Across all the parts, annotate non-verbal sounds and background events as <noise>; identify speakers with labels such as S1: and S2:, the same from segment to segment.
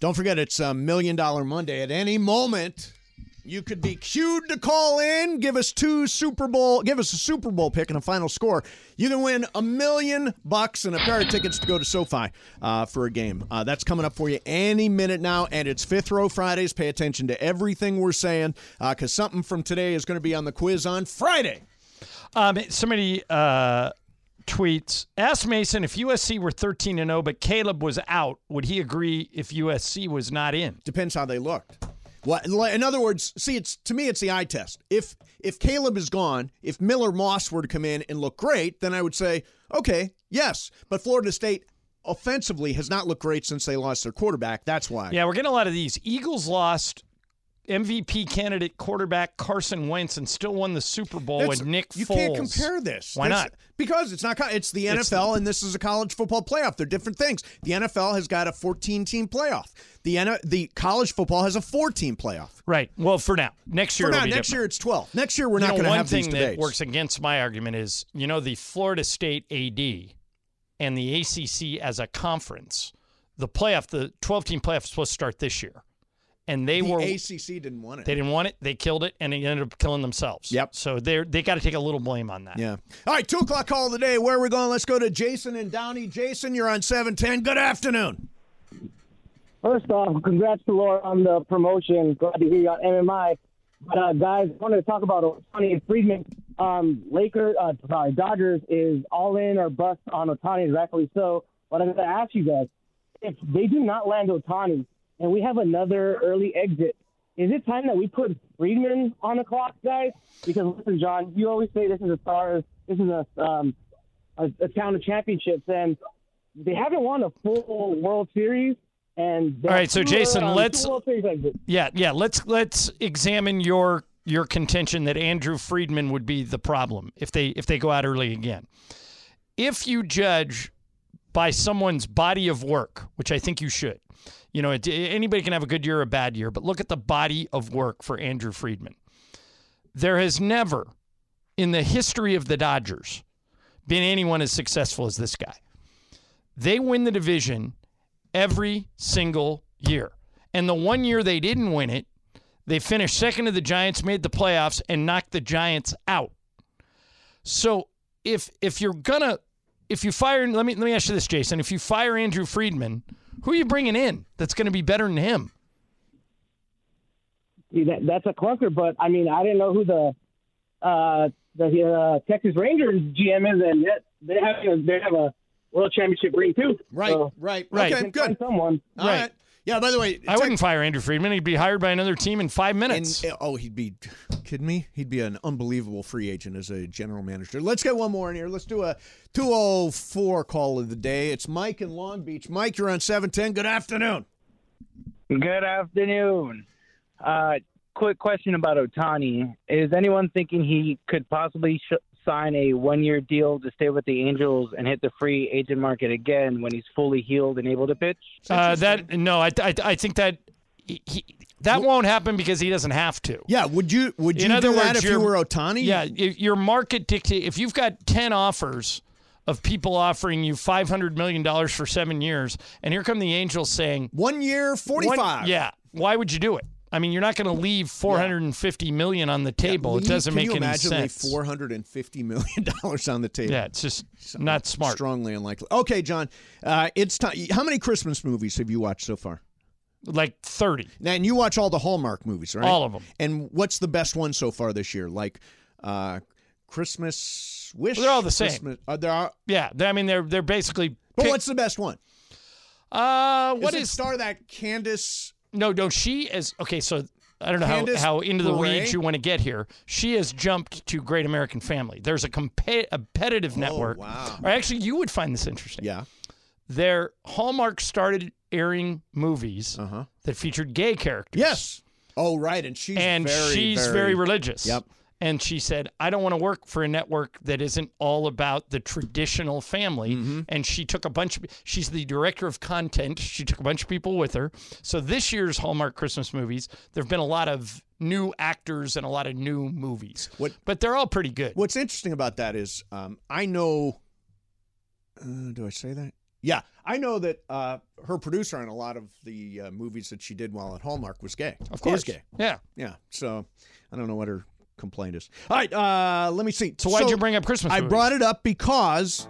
S1: Don't forget, it's a Million Dollar Monday. At any moment, you could be cued to call in, give us two Super Bowl, give us a Super Bowl pick and a final score. You can win a million bucks and a pair of tickets to go to SoFi uh, for a game. Uh, that's coming up for you any minute now, and it's Fifth Row Fridays. Pay attention to everything we're saying because uh, something from today is going to be on the quiz on Friday.
S2: Um, somebody uh, tweets: Ask Mason if USC were thirteen and zero, but Caleb was out. Would he agree if USC was not in?
S1: Depends how they looked. What, in other words, see, it's to me, it's the eye test. If if Caleb is gone, if Miller Moss were to come in and look great, then I would say, okay, yes. But Florida State offensively has not looked great since they lost their quarterback. That's why.
S2: Yeah, we're getting a lot of these. Eagles lost MVP candidate quarterback Carson Wentz and still won the Super Bowl
S1: That's-
S2: with Nick
S1: you
S2: Foles.
S1: can't compare this.
S2: Why
S1: That's-
S2: not?
S1: Because it's not. co- It's the NFL, and this is a college football playoff. They're different things. The NFL has got a 14-team playoff. The N- the college football has a 4-team playoff.
S2: Right. Well, for now, next year
S1: For
S2: it'll
S1: now,
S2: be
S1: next
S2: different.
S1: year it's 12. Next year we're
S2: You
S1: not
S2: know,
S1: going to
S2: one
S1: have
S2: thing
S1: these
S2: that
S1: debates.
S2: works against my argument is you know the Florida State AD and the ACC as a conference. The playoff, the 12 team playoff, is supposed to start this year, and they
S1: the
S2: were
S1: ACC didn't want it.
S2: they didn't want it. They killed it, and they ended up killing themselves.
S1: Yep.
S2: So they are they got to take a little blame on that.
S1: Yeah. All right, two o'clock call of the day. Where are we going? Let's go to Jason and Downey. Jason, you're on seven ten. Good afternoon.
S3: First off, congrats to Laura on the promotion. Glad to hear you on MMI. But uh, guys, I wanted to talk about Otani and Friedman. Um, Lakers, uh, sorry, Dodgers is all in or bust on Otani, rightfully so. But I'm going to ask you guys, if they do not land Otani and we have another early exit, is it time that we put Friedman on the clock, guys? Because listen, John, you always say this is a stars, this is a um, a, a town of championships, and they haven't won a full World Series. And they're
S2: All right, so
S3: two,
S2: Jason,
S3: um, two
S2: let's-
S3: World Series exits.
S2: Yeah, yeah. Let's let's examine your your contention that Andrew Friedman would be the problem if they if they go out early again. If you judge by someone's body of work, which I think you should, you know, it, anybody can have a good year or a bad year, but look at the body of work for Andrew Friedman. There has never, in the history of the Dodgers, been anyone as successful as this guy. They win the division every single year. And the one year they didn't win it, they finished second to the Giants, made the playoffs, and knocked the Giants out. So if if you're gonna if you fire let me let me ask you this, Jason, if you fire Andrew Friedman, who are you bringing in that's going to be better than him?
S3: See, that, that's a clunker. But I mean, I didn't know who the uh, the uh, Texas Rangers GM is, and yet they have they have a World Championship ring too.
S1: Right,
S3: So,
S1: right,
S2: Right.
S3: they
S1: Okay,
S3: can
S1: good.
S3: Find someone.
S1: All right.
S2: Right.
S1: Yeah. By the way,
S2: I wouldn't fire Andrew Friedman. He'd be hired by another team in five minutes.
S1: And, oh, he'd be kidding me. He'd be an unbelievable free agent as a general manager. Let's get one more in here. Let's do a two oh four call of the day. It's Mike in Long Beach. Mike, you're on seven ten. Good afternoon.
S4: Good afternoon. Uh, quick question about Otani. Is anyone thinking he could possibly sh- sign a one year deal to stay with the Angels and hit the free agent market again when he's fully healed and able to pitch?
S2: uh, that no, I, I I think that he, he- that won't happen because he doesn't have to.
S1: Yeah. Would you would you
S2: In other
S1: do that
S2: words,
S1: if you
S2: you're-
S1: were Otani?
S2: Yeah, if your market dictate. If you've got ten offers of people offering you five hundred million dollars for seven years, and here come the Angels saying
S1: One year, forty
S2: one-
S1: five.
S2: yeah, why would you do it? I mean, you're not going to leave four hundred and fifty million on the table. it doesn't
S1: Can
S2: make
S1: you
S2: any
S1: imagine
S2: sense.
S1: Four hundred and fifty million dollars on the table.
S2: yeah, it's just not smart.
S1: Strongly unlikely. Okay, John. Uh, it's time. How many Christmas movies have you watched so far?
S2: Like thirty.
S1: Now, and you watch all the Hallmark movies, right?
S2: All of 'em.
S1: And what's the best one so far this year? Like uh, Christmas Wish.
S2: Well, they're all the same.
S1: Christmas- uh, there are,
S2: Yeah, I mean they're they're basically.
S1: but
S2: pick-
S1: what's the best one?
S2: uh, what
S1: is it
S2: is
S1: star that Candace?
S2: No, no, she is okay. So I don't know how,
S1: Candace
S2: how into the
S1: Bure?
S2: weeds you want to get here. She has jumped to Great American Family. There's a compa- competitive network.
S1: Oh, wow.
S2: Or actually, you would find this interesting.
S1: Yeah.
S2: Their Hallmark started airing movies
S1: Uh-huh.
S2: that featured gay characters.
S1: Yes. Oh, right. And she's
S2: and
S1: very,
S2: she's very, religious.
S1: Yep.
S2: And she said, I don't want to work for a network that isn't all about the traditional family.
S1: Mm-hmm.
S2: And she took a bunch of, she's the director of content. She took a bunch of people with her. So this year's Hallmark Christmas movies, there have been a lot of new actors and a lot of new movies.
S1: What-
S2: But they're all pretty good.
S1: What's interesting about that is um, I know. Uh, do I say that? Yeah, I know that uh, her producer on a lot of the uh, movies that she did while at Hallmark was gay.
S2: of course.
S1: is gay.
S2: Yeah.
S1: Yeah, so I don't know what her complaint is. All right, uh, let me see.
S2: So why'd you bring up Christmas
S1: I
S2: movies?
S1: brought it up because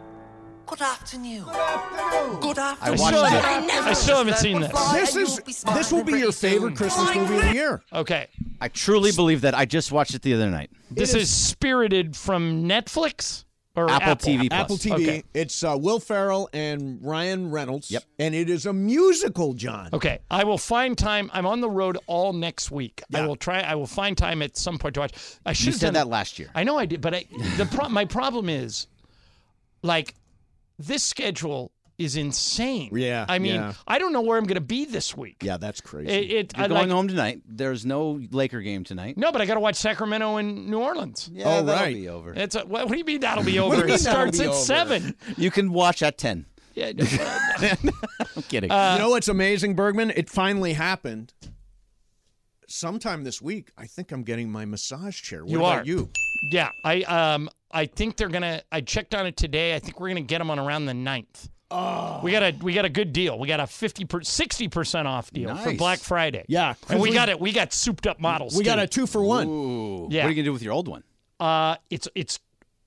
S5: Good afternoon. Good afternoon. Good
S2: I,
S5: afternoon.
S2: still
S5: I
S2: haven't,
S5: never
S2: I still haven't
S5: said
S2: seen
S5: that
S2: this.
S5: before.
S1: this
S5: and
S1: is
S5: you'll be smiling
S1: this will be
S5: pretty
S1: your favorite
S5: soon.
S1: Christmas
S5: Fine.
S1: movie of the year.
S2: Okay.
S6: I truly believe that. I just watched it the other night.
S2: This is, spirited from Netflix or
S6: Apple
S2: Apple,
S6: TV Plus.
S1: Apple TV.
S2: Okay.
S1: It's uh, Will Ferrell and Ryan Reynolds.
S6: Yep.
S1: And it is a musical, John.
S2: Okay, I will find time. I'm on the road all next week.
S1: Yeah.
S2: I will try. I will find time at some point to watch. I should
S6: You
S2: have
S6: said
S2: done
S6: that last year.
S2: I know I did, but I, the pro- my problem is, like, this schedule is insane.
S1: Yeah,
S2: I mean,
S1: yeah.
S2: I don't know where I'm going to be this week.
S1: Yeah, that's crazy.
S2: It. it
S6: You're
S2: I
S6: going
S2: like-
S6: home tonight. There's no Laker game tonight.
S2: No, but I got to watch Sacramento and New Orleans.
S6: Yeah,
S1: Oh,
S6: that'll
S1: right.
S6: be over.
S2: It's a, what, what do you
S6: <laughs>
S2: mean that'll be
S1: do
S2: over?
S1: you mean
S2: it starts at
S1: that'll be over?
S2: seven.
S6: You can watch at ten.
S2: Yeah, uh,
S6: <laughs> I'm kidding.
S1: you know what's amazing, Bergman? It finally happened. Sometime this week, I think I'm getting my massage chair. What
S2: You
S1: about
S2: are.
S1: you?
S2: yeah, I um I think they're gonna. I checked on it today. I think we're gonna get them on around the 9th.
S1: Oh,
S2: We got a we got a good deal. We got a fifty per, sixty percent off deal for
S6: Nice.
S2: Black Friday.
S1: Yeah,
S2: and we
S1: Christmas-
S2: got it. We got souped up models.
S1: we got a
S2: too.
S1: two for one.
S6: Ooh.
S2: yeah.
S6: What are you gonna do with your old one?
S2: Uh, it's it's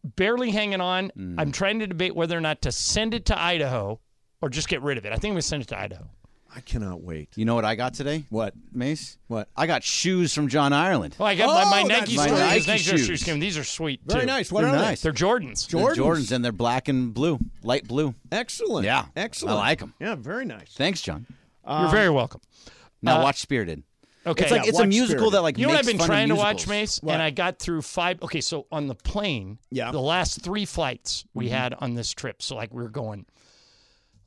S2: barely hanging on.
S1: Mm.
S2: I'm trying to debate whether or not to send it to Idaho or just get rid of it. I think we am gonna send it to Idaho.
S1: I cannot wait.
S6: You know what I got today,
S1: What?
S6: Mace?
S1: What?
S6: I got shoes from John Ireland.
S2: Oh, I got my, my
S1: Oh,
S2: Nike,
S1: that's
S2: store-
S6: nice.
S2: these
S6: Nike
S2: Nike shoes.
S6: shoes.
S2: came. These are sweet.
S1: Very
S2: too.
S1: nice. What
S6: They're
S1: are
S6: nice.
S2: They're Jordans.
S1: they? Jordans.
S6: They're Jordans and they're black and blue, light blue.
S1: Excellent.
S6: Yeah,
S1: Excellent.
S6: I like 'em.
S1: Yeah, very nice. Um,
S6: Thanks, John.
S2: You're very welcome. Uh,
S6: Now watch Spirited.
S2: Okay.
S6: It's like
S1: Yeah,
S6: it's a
S1: watch
S6: musical
S1: Spirited.
S6: that like
S2: You know what I've
S6: makes
S2: been
S6: fun of
S2: trying to watch,
S6: musicals.
S2: Mace, and I got through five. Okay, so on the plane,
S1: Yeah.
S2: the last three flights we
S6: Mm-hmm.
S2: had on this trip. So like we were going,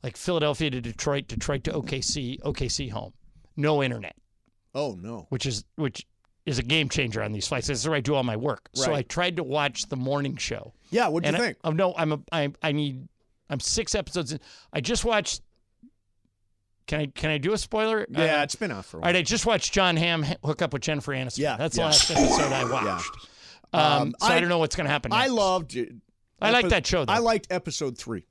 S2: like Philadelphia to Detroit, Detroit to OKC, OKC home. No internet,
S1: Oh, no.
S2: which is which is a game changer on these flights. That's where I do all my work. So
S1: Right.
S2: I tried to watch the morning show.
S1: Yeah, what'd
S2: and
S1: you
S2: I-
S1: think?
S2: oh no, I'm a I I need I'm six episodes in. I just watched. Can I can I do a spoiler?
S1: yeah,
S2: Uh,
S1: it's been out for a
S2: all
S1: while.
S2: right, I just watched John Hamm h- hook up with Jennifer Aniston.
S1: Yeah,
S2: that's
S1: yeah.
S2: the last episode I watched. Um,
S1: <laughs> Um,
S2: so I,
S1: I-
S2: don't know what's going to happen.
S1: I
S2: next.
S1: loved it.
S2: I like
S1: Epi-
S2: that show, though.
S1: I liked episode three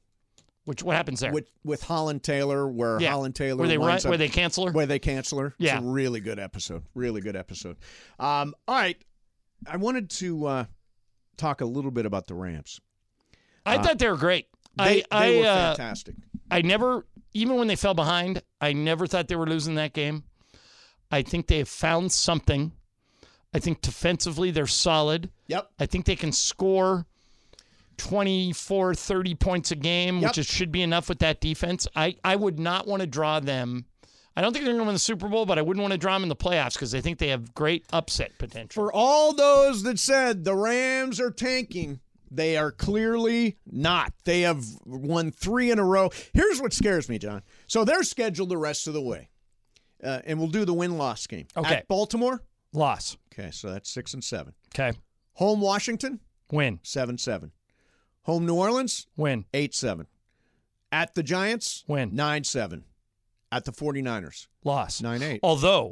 S2: which what happens there.
S1: with with Holland Taylor, where
S2: Yeah.
S1: Holland Taylor
S2: where they
S1: winds
S2: where
S1: up-
S2: they cancel her.
S1: where they cancel her.
S2: Yeah.
S1: It's a really good episode. Really good episode. Um, all right. I wanted to uh, talk a little bit about the Rams. Uh,
S2: I thought they were great.
S1: They,
S2: I
S1: they
S2: I
S1: were
S2: uh,
S1: fantastic.
S2: I never even when they fell behind, I never thought they were losing that game. I think they have found something. I think defensively they're solid.
S1: Yep.
S2: I think they can score 24, 30 points a game,
S1: Yep.
S2: which is, should be enough with that defense. I, I would not want to draw them. I don't think they're going to win the Super Bowl, but I wouldn't want to draw them in the playoffs because I think they have great upset potential.
S1: For all those that said the Rams are tanking, they are clearly not. They have won three in a row. Here's what scares me, John. So they're scheduled the rest of the way, uh, and we'll do the win loss game
S2: Okay.
S1: at Baltimore.
S2: Loss.
S1: Okay, so that's six and seven.
S2: Okay.
S1: Home Washington
S2: Win.
S1: seven seven. Home New Orleans
S2: Win.
S1: eight seven. At the Giants
S2: Win.
S1: nine seven. At the 49ers
S2: Loss.
S1: nine eight.
S2: Although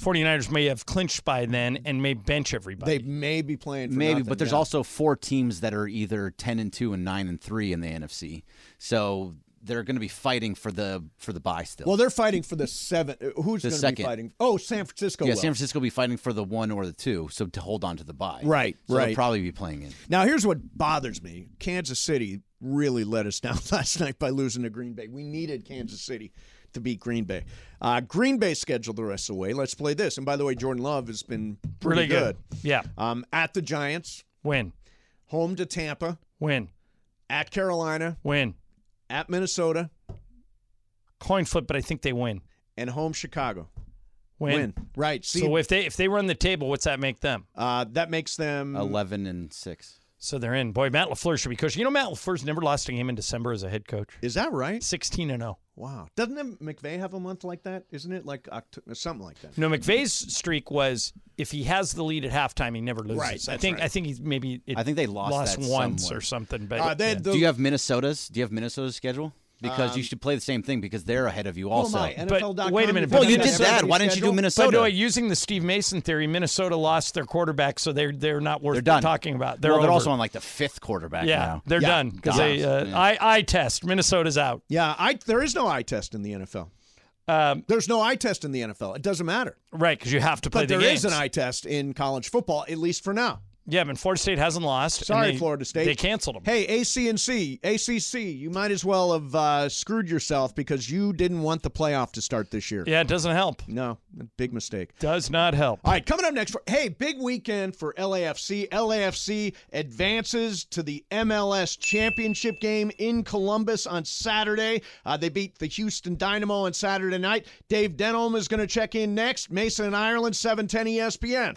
S2: 49ers may have clinched by then and may bench everybody.
S1: They may be playing for
S6: Maybe,
S1: nothing,
S6: but there's
S1: yeah.
S6: also four teams that are either ten and two and nine and three in the NFC. So they're going to be fighting for the for the bye still.
S1: well they're fighting for the seven. uh,
S6: The
S1: Who's going to be
S6: second.
S1: fighting? Oh, San Francisco.
S6: yeah,
S1: will.
S6: San Francisco will be fighting for the one or the two, so to hold on to the bye.
S1: Right,
S6: so
S1: right.
S6: They'll probably be playing in.
S1: Now, here's what bothers me Kansas City really let us <laughs> down last night by losing to Green Bay. We needed Kansas City to beat Green Bay. Uh, Green Bay scheduled the rest of the way. Let's play this. And by the way, Jordan Love has been pretty
S2: really good. Yeah.
S1: Um, at the Giants,
S2: Win.
S1: home to Tampa,
S2: Win.
S1: at Carolina,
S2: Win.
S1: at Minnesota,
S2: Coin flip, but I think they win.
S1: and home Chicago.
S2: Win.
S1: Right. See,
S2: So if they if they run the table, what's that make them?
S1: uh, that makes them.
S6: Eleven and six.
S2: So they're in. Boy, Matt LaFleur should be coaching. You know, Matt LaFleur's never lost a game in December as a head coach.
S1: Is that right?
S2: 16 and oh. 0.
S1: Wow. Doesn't him- McVay have a month like that? Isn't it like October, something like that?
S2: No, McVay's streak was if he has the lead at halftime, he never loses.
S1: Right,
S2: I
S1: that's
S2: think
S1: right.
S2: I think he's maybe it
S6: I think they lost that
S2: once
S6: somewhere.
S2: or something. But
S1: Uh, they,
S2: yeah.
S1: the, Um,
S6: Do you have Minnesota's? Do you have Minnesota's schedule? Because you should play the same thing because they're ahead of you
S1: who am
S6: also.
S1: I,
S2: But
S1: NFL.com?
S2: wait a minute,
S1: You've
S2: but
S6: well, you
S1: got
S6: did
S2: Minnesota-
S6: that. Why didn't you do
S1: schedule?
S2: By
S6: Minnesota?
S2: the way, using the Steve Mason theory, Minnesota lost their quarterback, so they're they're not worth
S6: they're done.
S2: talking about. They're,
S6: well, they're
S2: over.
S6: also on like the fifth quarterback
S2: yeah,
S6: now.
S2: they're
S1: Yeah,
S2: done because
S6: done.
S2: they uh,
S6: Yeah.
S2: I I test Minnesota's out.
S1: Yeah, I, there is no eye test in the NFL.
S2: Um,
S1: There's no eye test in the NFL. It doesn't matter.
S2: right, because you have to play
S1: But
S2: the
S1: there is
S2: games.
S1: an eye test in college football, at least for now.
S2: Yeah, but Florida State hasn't lost. and
S1: Sorry,
S2: they-
S1: Florida State.
S2: They canceled them.
S1: Hey, ACNC, ACC, you might as well have uh, screwed yourself because you didn't want the playoff to start this year.
S2: Yeah, it doesn't help.
S1: No, big mistake.
S2: Does not help.
S1: All right, coming up next. For, hey, big weekend for LAFC. LAFC advances to the MLS championship game in Columbus on Saturday. Uh, they beat the Houston Dynamo on Saturday night. Dave Denholm is going to check in next. Mason and Ireland, E 710 ESPN.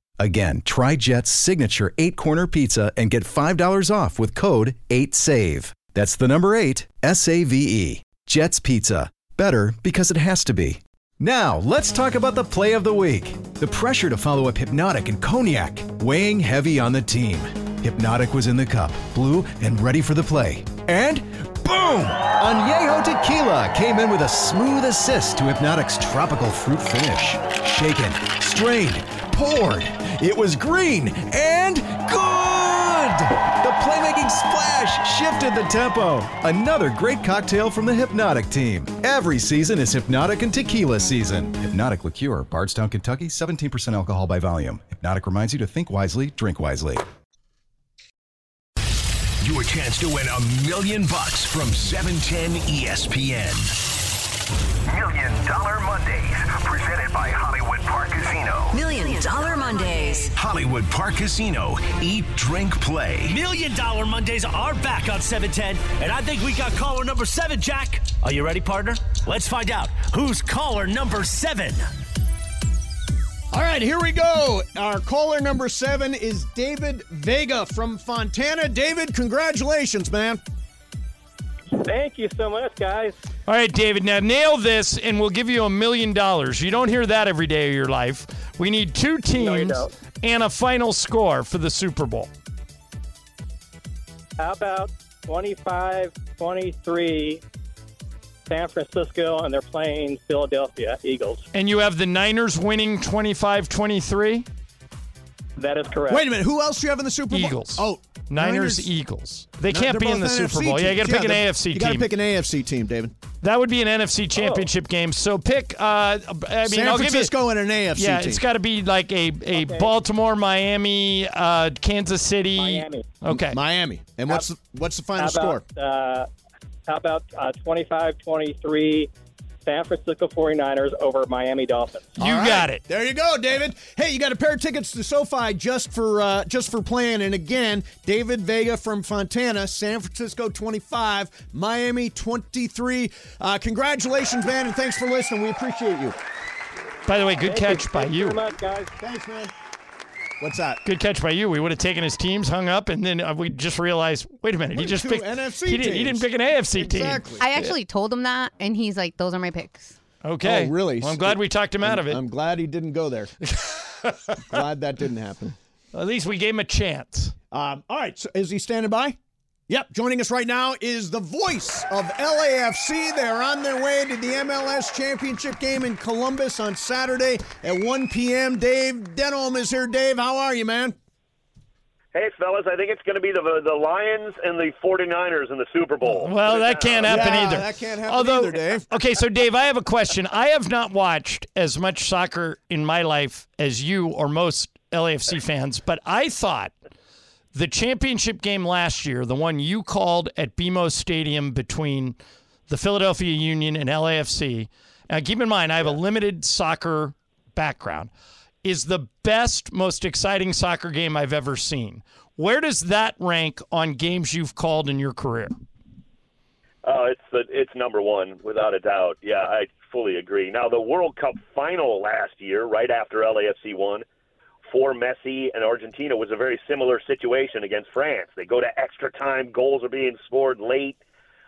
S7: Again, try Jet's signature eight corner pizza and get $5 off with code 8SAVE. That's the number eight, S A V E. Jet's Pizza. Better because it has to be. Now, let's talk about the play of the week. The pressure to follow up Hypnotic and Cognac, weighing heavy on the team. Hypnotic was in the cup, blue, and ready for the play. And boom! Añejo Tequila came in with a smooth assist to Hypnotic's tropical fruit finish. Shaken, strained, poured. It was green and good! The playmaking splash shifted the tempo. Another great cocktail from the Hypnotic team. Every season is Hypnotic and Tequila season. Hypnotic Liqueur, Bardstown, Kentucky, 17% alcohol by volume. Hypnotic reminds you to think wisely, drink wisely.
S8: Your chance to win a million bucks from E 710 ESPN. Million Dollar Mondays, presented by Hollywood Park Casino.
S9: Million Dollar Mondays.
S8: Hollywood Park Casino. Eat, drink, play.
S10: Million Dollar Mondays are back on 710, and I think we got caller number seven, Jack. Are you ready, partner? Let's find out who's caller number seven.
S1: All right, here we go. Our caller number seven is David Vega from Fontana. David, congratulations, man.
S3: Thank you so much, guys.
S2: All right, David, now nail this and we'll give you a million dollars. You don't hear that every day of your life. We need two teams
S3: don't.
S2: and a final score for the Super Bowl.
S3: How about 25 23 San Francisco, and they're playing Philadelphia Eagles?
S2: And you have the Niners winning 25 23,
S3: That is correct.
S1: Wait a minute, who else do you have in the Super Bowl?
S2: Eagles.
S1: Oh,
S2: Niners, Eagles. They
S1: No,
S2: can't
S1: they're
S2: be in the
S1: both
S2: Super
S1: NFC
S2: Bowl. Yeah, you got
S1: teams.
S2: to pick
S1: they're-
S2: an AFC
S1: You got to
S2: team.
S1: pick an AFC team, David.
S2: that would be an
S3: Oh.
S2: NFC championship game. So pick, uh, I mean,
S1: San
S2: I'll give you.
S1: Francisco and an AFC
S2: Yeah,
S1: team.
S2: it's got to be like a, a Baltimore, Miami, uh, Kansas City.
S3: Miami.
S2: Okay.
S1: Miami. And what's the, what's the final
S3: how
S1: score?
S3: about, uh, how about uh, 25 23 San Francisco 49ers over Miami Dolphins?
S2: you
S1: All right.
S2: got it.
S1: There you go, David. Hey, you got a pair of tickets to SoFi just for uh, just for playing. And again, David Vega from Fontana, San Francisco 25, Miami 23. Uh, congratulations, man, and thanks for listening. We appreciate you.
S2: By the way, good
S3: Thank
S2: catch by
S3: Thank
S2: you.
S3: very much, guys.
S1: Thanks, man. What's that?
S2: Good catch by you. We would have taken his teams, hung up, and then uh, we just realized, wait a minute, he
S1: Wait,
S2: just
S1: two
S2: picked
S1: NFC
S2: He, did, he didn't
S1: teams.
S2: pick an AFC
S1: Exactly.
S11: I actually told him that, and he's like, "Those are my picks."
S2: team. Okay.
S1: Oh, really?
S2: Well, I'm glad we talked him out of it.
S1: I'm glad he didn't go
S2: <laughs>
S1: there. glad that didn't happen.
S2: At least we gave him a chance.
S1: Um, all right, so is he standing by? Yep, joining us right now is the voice of LAFC. They're on their way to the MLS championship game in Columbus on Saturday at 1 p.m. Dave Denholm is here. Dave, how are you, man?
S10: Hey, fellas, I think it's going to be the, the Lions and the 49ers in the Super Bowl.
S2: Well, that can't happen
S1: Yeah,
S2: either.
S1: that can't happen
S2: Although,
S1: either, Dave.
S2: <laughs> Okay, so Dave, I have a question. I have not watched as much soccer in my life as you or most LAFC fans, but I thought the championship game last year, the one you called at BMO Stadium between the Philadelphia Union and LAFC. Now, keep in mind, I have a limited soccer background, is the best, most exciting soccer game I've ever seen. Where does that rank on games you've called in your career?
S12: Oh, it's the it's number one without a doubt. Yeah, I fully agree. Now the World Cup final last year, right after LAFC won, for Messi and Argentina was a very similar situation against France. They go to extra time, goals are being scored late.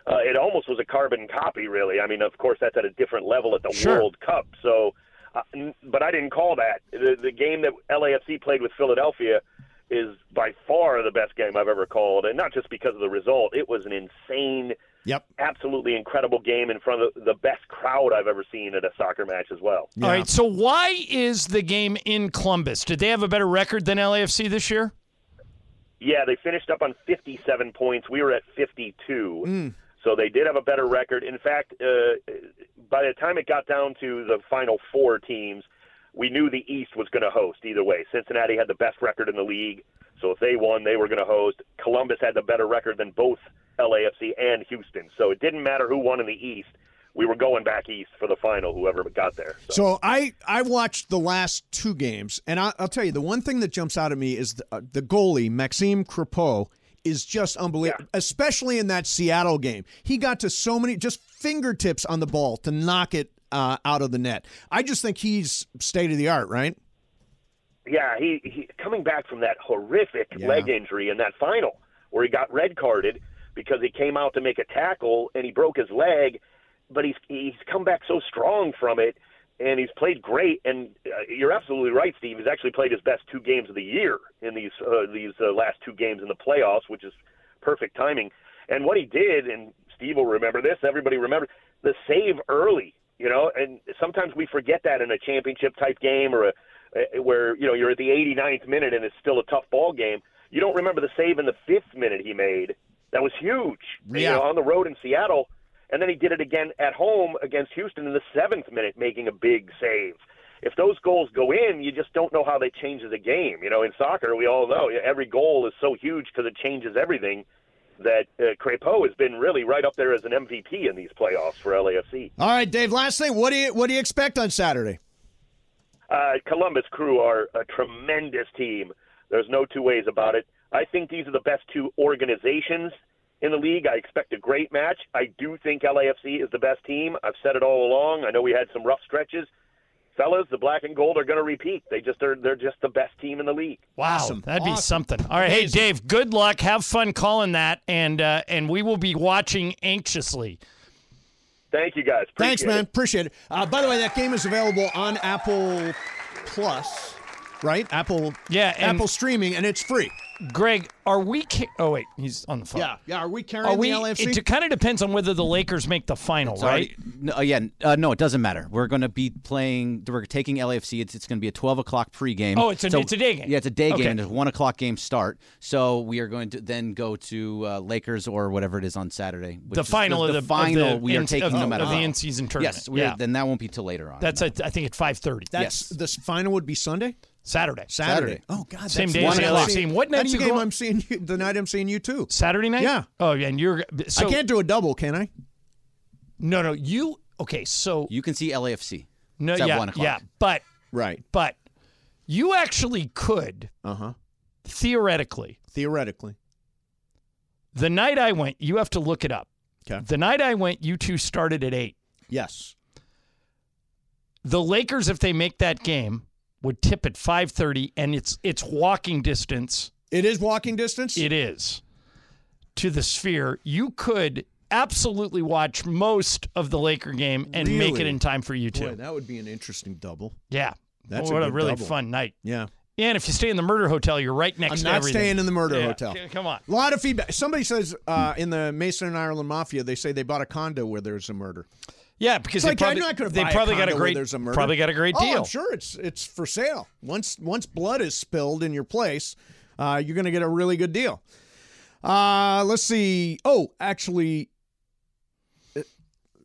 S12: Uh, it almost was a carbon copy, really. I mean, of course, that's at a different level at the
S13: Sure.
S12: World Cup. So, uh, n- but I didn't call that. The, the game that LAFC played with Philadelphia is by far the best game I've ever called, and not just because of the result. It was an insane
S1: Yep.
S12: absolutely incredible game in front of the best crowd I've ever seen at a soccer match as well.
S2: All right. So why is the game in Columbus? Did they have a better record than LAFC this year?
S12: Yeah, they finished up on 57 points. We were at 52.
S2: Mm.
S12: So they did have a better record. In fact, uh, by the time it got down to the final four teams, we knew the East was going to host either way. Cincinnati had the best record in the league. So if they won, they were going to host. Columbus had the better record than both LAFC and Houston. So it didn't matter who won in the East. We were going back East for the final, whoever got there.
S1: So I I watched the last two games, and I, I'll tell you the one thing that jumps out at me is the, uh, the goalie Maxime Crepeau is just unbelievable, especially in that Seattle game. He got to so many just fingertips on the ball to knock it uh, out of the net. I just think he's state of the art, right?
S12: Yeah, he, he coming back from that horrific leg injury in that final where he got red carded because he came out to make a tackle and he broke his leg, but he's he's come back so strong from it and he's played great. And uh, you're absolutely right, Steve. He's actually played his best two games of the year in these uh, these uh, last two games in the playoffs, which is perfect timing. And what he did, and Steve will remember this. Everybody remembers the save early. You know, and sometimes we forget that in a championship type game or a uh, where you know you're at the 89th minute and it's still a tough ball game. You don't remember the save in the fifth minute he made. That was huge. You
S1: Yeah.
S12: know, on the road in Seattle, and then he did it again at home against Houston in the seventh minute, making a big save. If those goals go in, you just don't know how they change the game. You know, in soccer, we all know every goal is so huge because it changes everything. That uh, Crepeau has been really right up there as an MVP in these playoffs for LAFC.
S1: All right, Dave. Last thing, what do you what do you expect on Saturday?
S12: Uh, Columbus Crew are a tremendous team. There's no two ways about it. I think these are the best two organizations in the league. I expect a great match. I do think LAFC is the best team. I've said it all along. I know we had some rough stretches. Fellas, the black and gold are going to repeat. They just are they're just the best team in the league.
S2: Wow, that'd be something. All right, hey Dave, good luck. Have fun calling that, and uh, and we will be watching anxiously.
S12: Thank you guys.
S1: Thanks, man.
S13: <laughs>
S1: Appreciate it. Uh, by the way, that game is available on Apple Plus, right? Apple,
S2: yeah, and-
S1: Apple streaming, and it's free.
S2: Greg, are we? Ca- oh wait, he's on the phone.
S1: Yeah, yeah. Are we carrying
S2: Are we?
S1: the LFC?
S2: It kind of depends on whether the Lakers make the final,
S6: It's
S2: right?
S6: already- no, yeah, uh, no, it doesn't matter. We're going to be playing. We're taking LAFC. It's it's going to be a twelve o'clock pregame.
S2: Oh, it's a- it's a day game.
S6: Yeah, it's a day
S2: Okay.
S6: game. It's a one o'clock game start. So we are going to then go to uh, Lakers or whatever it is on Saturday. which
S2: The
S6: is
S2: final of
S6: the,
S2: the- of
S6: final.
S2: the
S6: we are
S2: in-
S6: taking
S2: of-
S6: no matter
S2: of the
S6: how.
S2: in-season tournament.
S6: Yes, we are-
S2: Yeah.
S6: then that won't be till later on.
S2: That's at, I think at five thirty.
S1: That's this final would be Sunday.
S2: Saturday.
S1: Saturday. Oh God,
S2: same
S1: that's
S2: day as
S1: one
S2: the
S1: o'clock.
S2: LAFC team. What night
S1: That's
S2: are you
S1: the game
S2: going?
S1: I'm seeing you. The night I'm seeing you too.
S2: Saturday night.
S1: Yeah.
S2: Oh yeah, and you're. So,
S1: I can't do a double, can I?
S2: No, no. You okay? So
S6: you can see LAFC.
S2: No,
S6: It's at
S2: yeah,
S6: one o'clock.
S2: yeah, but
S1: right,
S2: but you actually could
S1: Uh huh.
S2: theoretically.
S1: Theoretically,
S2: the night I went, you have to look it up.
S1: Okay.
S2: The night I went, you two started at eight.
S1: Yes.
S2: The Lakers, if they make that game, would tip at five thirty, and it's it's walking distance.
S1: It is walking distance.
S2: It is to the Sphere. You could absolutely watch most of the Laker game and make it
S1: Really?
S2: in time for you two.
S1: Boy, that would be an interesting double.
S2: yeah,
S1: That's
S2: what
S1: a,
S2: a,
S1: good
S2: really
S1: double.
S2: fun night.
S1: Yeah.
S2: And if you stay in the Murder Hotel, you're right next.
S1: I'm
S2: to
S1: not
S2: everything.
S1: staying in the murder
S2: Yeah.
S1: hotel.
S2: C- Come on.
S1: A lot of feedback. Somebody says uh, in the Mason and Ireland Mafia, they say they bought a condo where there's a murder.
S2: Yeah, because
S1: It's
S2: they
S1: like, I'm
S2: probably,
S1: not gonna
S2: they
S1: buy
S2: probably got
S1: condo
S2: a
S1: where
S2: great
S1: there's a murder.
S2: probably got a great
S1: Oh,
S2: deal.
S1: I'm sure it's it's for sale. Once once blood is spilled in your place, uh, you're gonna get a really good deal. Uh, let's see. Oh, actually, uh,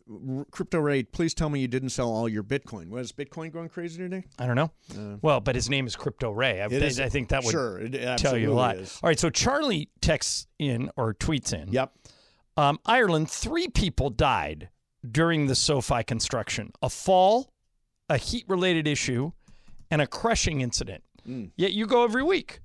S1: R- Crypto Raid, please tell me you didn't sell all your Bitcoin. Was Bitcoin going crazy today?
S2: I don't know.
S1: Uh,
S2: well, but his name is Crypto Ray. I,
S1: It is-
S2: I think that would
S1: sure, it
S2: tell you
S1: absolutely
S2: a lot.
S1: is.
S2: All right, so Charlie texts in or tweets in.
S1: Yep.
S2: Um, Ireland, three people died during the SoFi construction: a fall, a heat-related issue, and a crushing incident.
S1: Mm.
S2: Yet you go every week.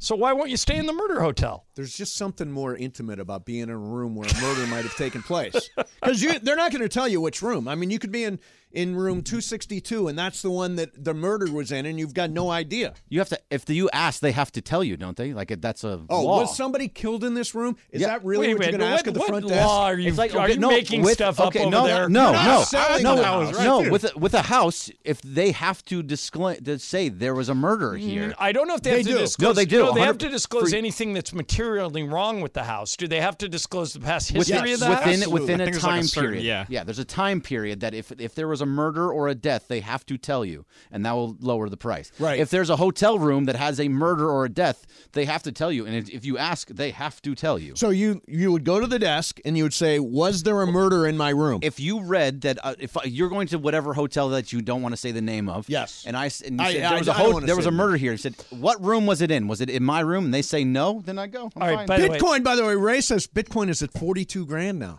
S2: So why won't you stay in the murder hotel?
S1: There's just something more intimate about being in a room where a murder might have taken place. <laughs> Because they're not going to tell you which room. I mean, you could be in, in room 262, and that's the one that the murder was in, and you've got no idea.
S6: You have to if you ask, they have to tell you, don't they? Like that's a
S1: Oh,
S6: law.
S1: was somebody killed in this room? Is
S6: Yeah.
S1: that really
S6: Wait a
S1: what
S6: minute,
S1: you're going to
S6: but
S1: ask at the
S6: what-
S1: front
S6: what
S1: desk?
S6: law are you- It's like, are okay, you no, making with- stuff up okay, over no, there? no,
S1: You're not
S6: no.
S1: selling
S6: No,
S1: the
S6: no,
S1: house.
S6: no, with a, with a house, if they have to disclaim to say there was a murder here,
S2: I don't know if they, have to disclose.
S6: No, they do.
S2: No, they have
S6: 100
S2: to disclose
S6: free-
S2: anything that's materially wrong with the house. Do they have to disclose the past history
S6: within,
S2: of the house?
S6: within within a time
S13: certain-
S6: period.
S13: yeah.
S6: yeah. There's a time period that if if there was a murder or a death, they have to tell you, and that will lower the price. Right. If there's a hotel room that has a murder or a death, they have to tell you, and if, if you ask, they have to tell you.
S1: So you you would go to the desk and you would say, "Was there a murder in my room?"
S6: If you read that, uh, if uh, you're going to whatever hotel that you don't want to say the name of, yes, and I s- and you
S1: I-
S6: said
S1: I-
S6: there was
S1: I
S6: a
S1: don't
S6: ho-
S1: wanna
S6: there was
S1: say
S6: a
S1: the
S6: murder here, you said what room was it in? Was it in my room? And they say no, then I go. I'm fine.
S1: Bitcoin, by the way, Ray says Bitcoin is at forty-two grand now.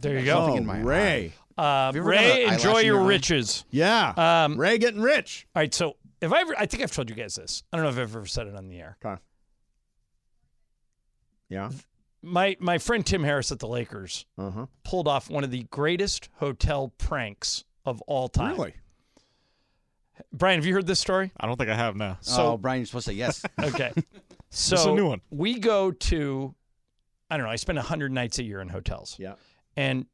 S2: There you
S1: Oh,
S2: go.
S1: Ray.
S2: Uh,
S1: you ever got
S2: Ray,
S1: an eyelash
S2: enjoy
S1: in
S2: your
S1: your eye?
S2: riches.
S1: Yeah.
S2: Um,
S1: Ray getting rich.
S2: All right. So, if I ever, I think I've told you guys this. I don't know if I've ever said it on the air.
S1: Yeah.
S2: My my friend Tim Harris at the Lakers
S1: Uh-huh.
S2: pulled off one of the greatest hotel pranks of all time.
S1: Really?
S2: Brian, have you heard this story?
S13: I don't think I have now.
S2: So-
S6: oh, Brian, you're supposed to say yes.
S2: <laughs> Okay.
S13: This
S2: So
S13: is a new one.
S2: We go to, I don't know. I spend hundred nights a year in hotels.
S1: Yeah.
S2: And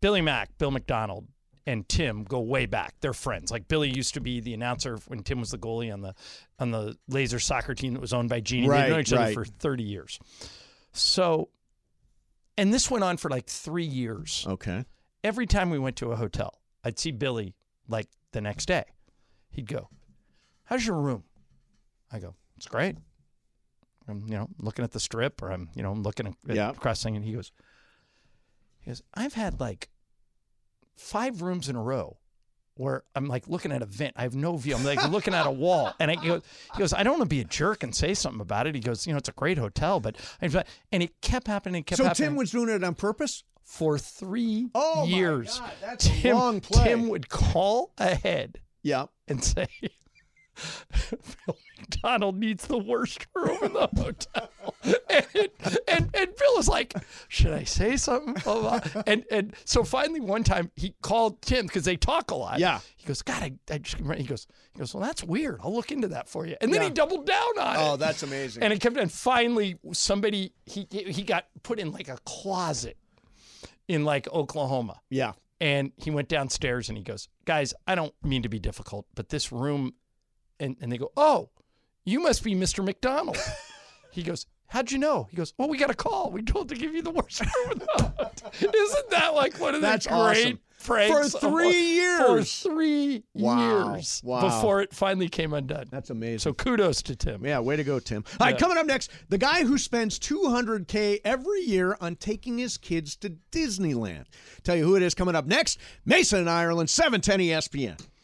S2: Billy Mack, Bill McDonald, and Tim go way back. They're friends. Like Billy used to be the announcer when Tim was the goalie on the on the laser soccer team that was owned by Gene. They've known
S1: Right,
S2: each
S1: right.
S2: other for thirty years. So, and this went on for like three years.
S1: Okay.
S2: Every time we went to a hotel, I'd see Billy like the next day. He'd go, "How's your room?" I go, "It's great." I'm, you know, looking at the strip, or I'm, you know, I'm looking at
S1: Yeah.
S2: crossing, and he goes, he goes, I've had like five rooms in a row where I'm like looking at a vent. I have no view. I'm like looking at a wall, and I, he goes, he goes, I don't want to be a jerk and say something about it. He goes, you know, it's a great hotel, but I'm not-" and it kept happening, it kept
S1: So
S2: happening
S1: Tim was doing it on purpose
S2: for three
S1: oh, my
S2: years.
S1: God, that's a
S2: Tim,
S1: long play.
S2: Tim would <laughs> call ahead
S1: yeah.
S2: and say, <laughs> Bill McDonald needs the worst room in the hotel. And, and, and Bill was like, should I say something? Blah, blah, blah. And, and so finally one time he called Tim because they talk a lot.
S1: Yeah.
S2: He goes, God, I, I just, remember-" he goes, he goes, well, that's weird. I'll look into that for you. And then he doubled down on it.
S1: Oh, that's amazing.
S2: And it kept, and finally somebody, he, he got put in like a closet in like Oklahoma.
S1: yeah.
S2: And he went downstairs and he goes, Guys, I don't mean to be difficult, but this room. And, and they go, Oh, you must be Mr.
S1: <laughs>
S2: McDonald. he goes, How'd you know? He goes, Well, we got a call. We told to give you the worst room in the hotel." <laughs> Isn't that like one of the
S1: That's
S2: great
S1: awesome.
S2: pranks?
S1: For
S2: of all-
S1: three years.
S2: For three
S1: Wow.
S2: years
S1: Wow.
S2: before it finally came undone.
S1: That's amazing.
S2: So kudos to Tim.
S1: Yeah, way to go, Tim. All right,
S2: Yeah.
S1: coming up next, the guy who spends 200K every year on taking his kids to Disneyland. Tell you who it is coming up next Mason in Ireland, E 710 ESPN.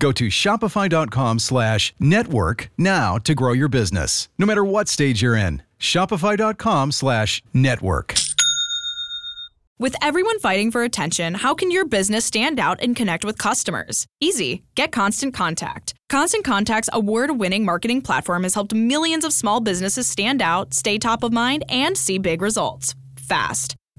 S7: Go to shopify.com slash network now to grow your business, no matter what stage you're in. Shopify.com slash network.
S14: With everyone fighting for attention, how can your business stand out and connect with customers? Easy. Get Constant Contact. Constant Contact's award winning marketing platform has helped millions of small businesses stand out, stay top of mind, and see big results fast.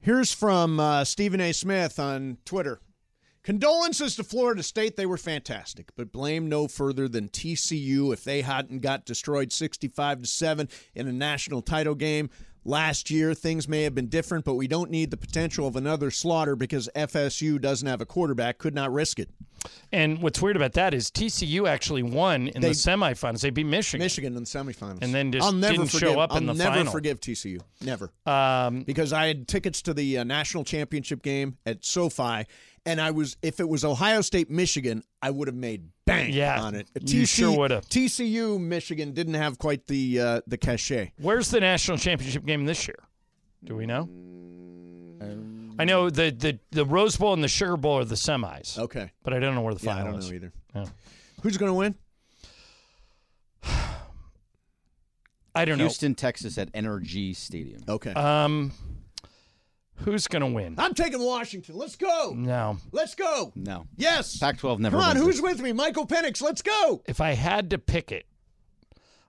S1: Here's from uh, Stephen A. Smith on Twitter. Condolences to Florida State. They were fantastic, but blame no further than TCU if they hadn't got destroyed 65 to 7 in a national title game last year. Things may have been different, but we don't need the potential of another slaughter because FSU doesn't have a quarterback, could not risk it.
S2: And what's weird about that is TCU actually won in
S1: They-
S2: the semifinals. They beat Michigan.
S1: Michigan in the semifinals.
S2: And then just
S1: I'll never
S2: didn't
S1: forgive,
S2: show up
S1: I'll
S2: in the
S1: never
S2: final. Um,
S1: forgive TCU. Never. because I had tickets to the uh, national championship game at SoFi, and I was if it was Ohio State Michigan, I would have made bang
S2: Yeah,
S1: on it.
S2: you sure would've.
S1: TCU Michigan didn't have quite the uh, the cachet.
S2: Where's the national championship game this year? Do we know?
S1: Um,
S2: I know the, the the Rose Bowl and the Sugar Bowl are the semis.
S1: Okay,
S2: but I don't know where the
S1: Yeah, I
S2: final
S1: don't
S2: is.
S1: know either.
S2: Yeah.
S1: Who's going to win?
S2: I don't know.
S6: Houston, Texas at NRG Stadium.
S1: Okay.
S2: Um, who's gonna win?
S1: I'm taking Washington. Let's go.
S2: No.
S1: Let's go.
S6: No.
S1: Yes.
S6: Pac-12 never.
S1: Come on,
S6: wins
S1: who's
S6: it.
S1: with me? Michael Penix. Let's go.
S2: If I had to pick it,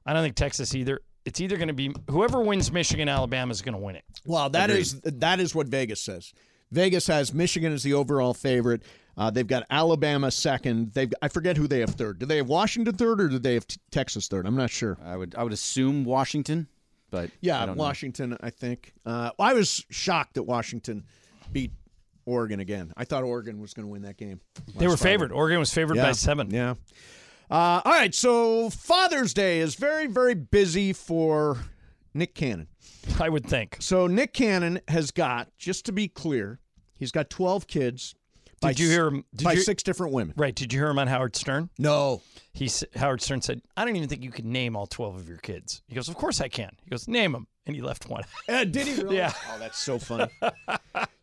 S2: I don't think Texas either. It's either going to be whoever wins Michigan, Alabama is going to win it.
S1: Wow, that
S2: Agreed.
S1: is that is what Vegas says. Vegas has Michigan as the overall favorite. Uh, they've got Alabama second. They've I forget who they have third. Do they have Washington third or do they have t- Texas third? I'm not sure.
S6: I would I would assume Washington, but I
S1: Yeah,
S6: don't know.
S1: Washington. I think uh, I was shocked that Washington beat Oregon again. I thought Oregon was going to win that game.
S2: They were
S1: last Friday.
S2: favored. Oregon was favored
S1: Yeah.
S2: by seven.
S1: Yeah. Uh, all right, so Father's Day is very, very busy for Nick Cannon.
S2: I would think.
S1: So Nick Cannon has got, just to be clear, he's got 12 kids.
S2: Did you hear him? Did
S1: by
S2: you-
S1: six different women.
S2: Right. Did you hear him on Howard Stern?
S1: No.
S2: He s- Howard Stern said, "I don't even think you can name all twelve of your kids." He goes, "Of course I can." He goes, "Name them," and he left one.
S1: Uh, did he
S2: <laughs>
S1: really?
S2: Yeah.
S1: Oh, that's so funny.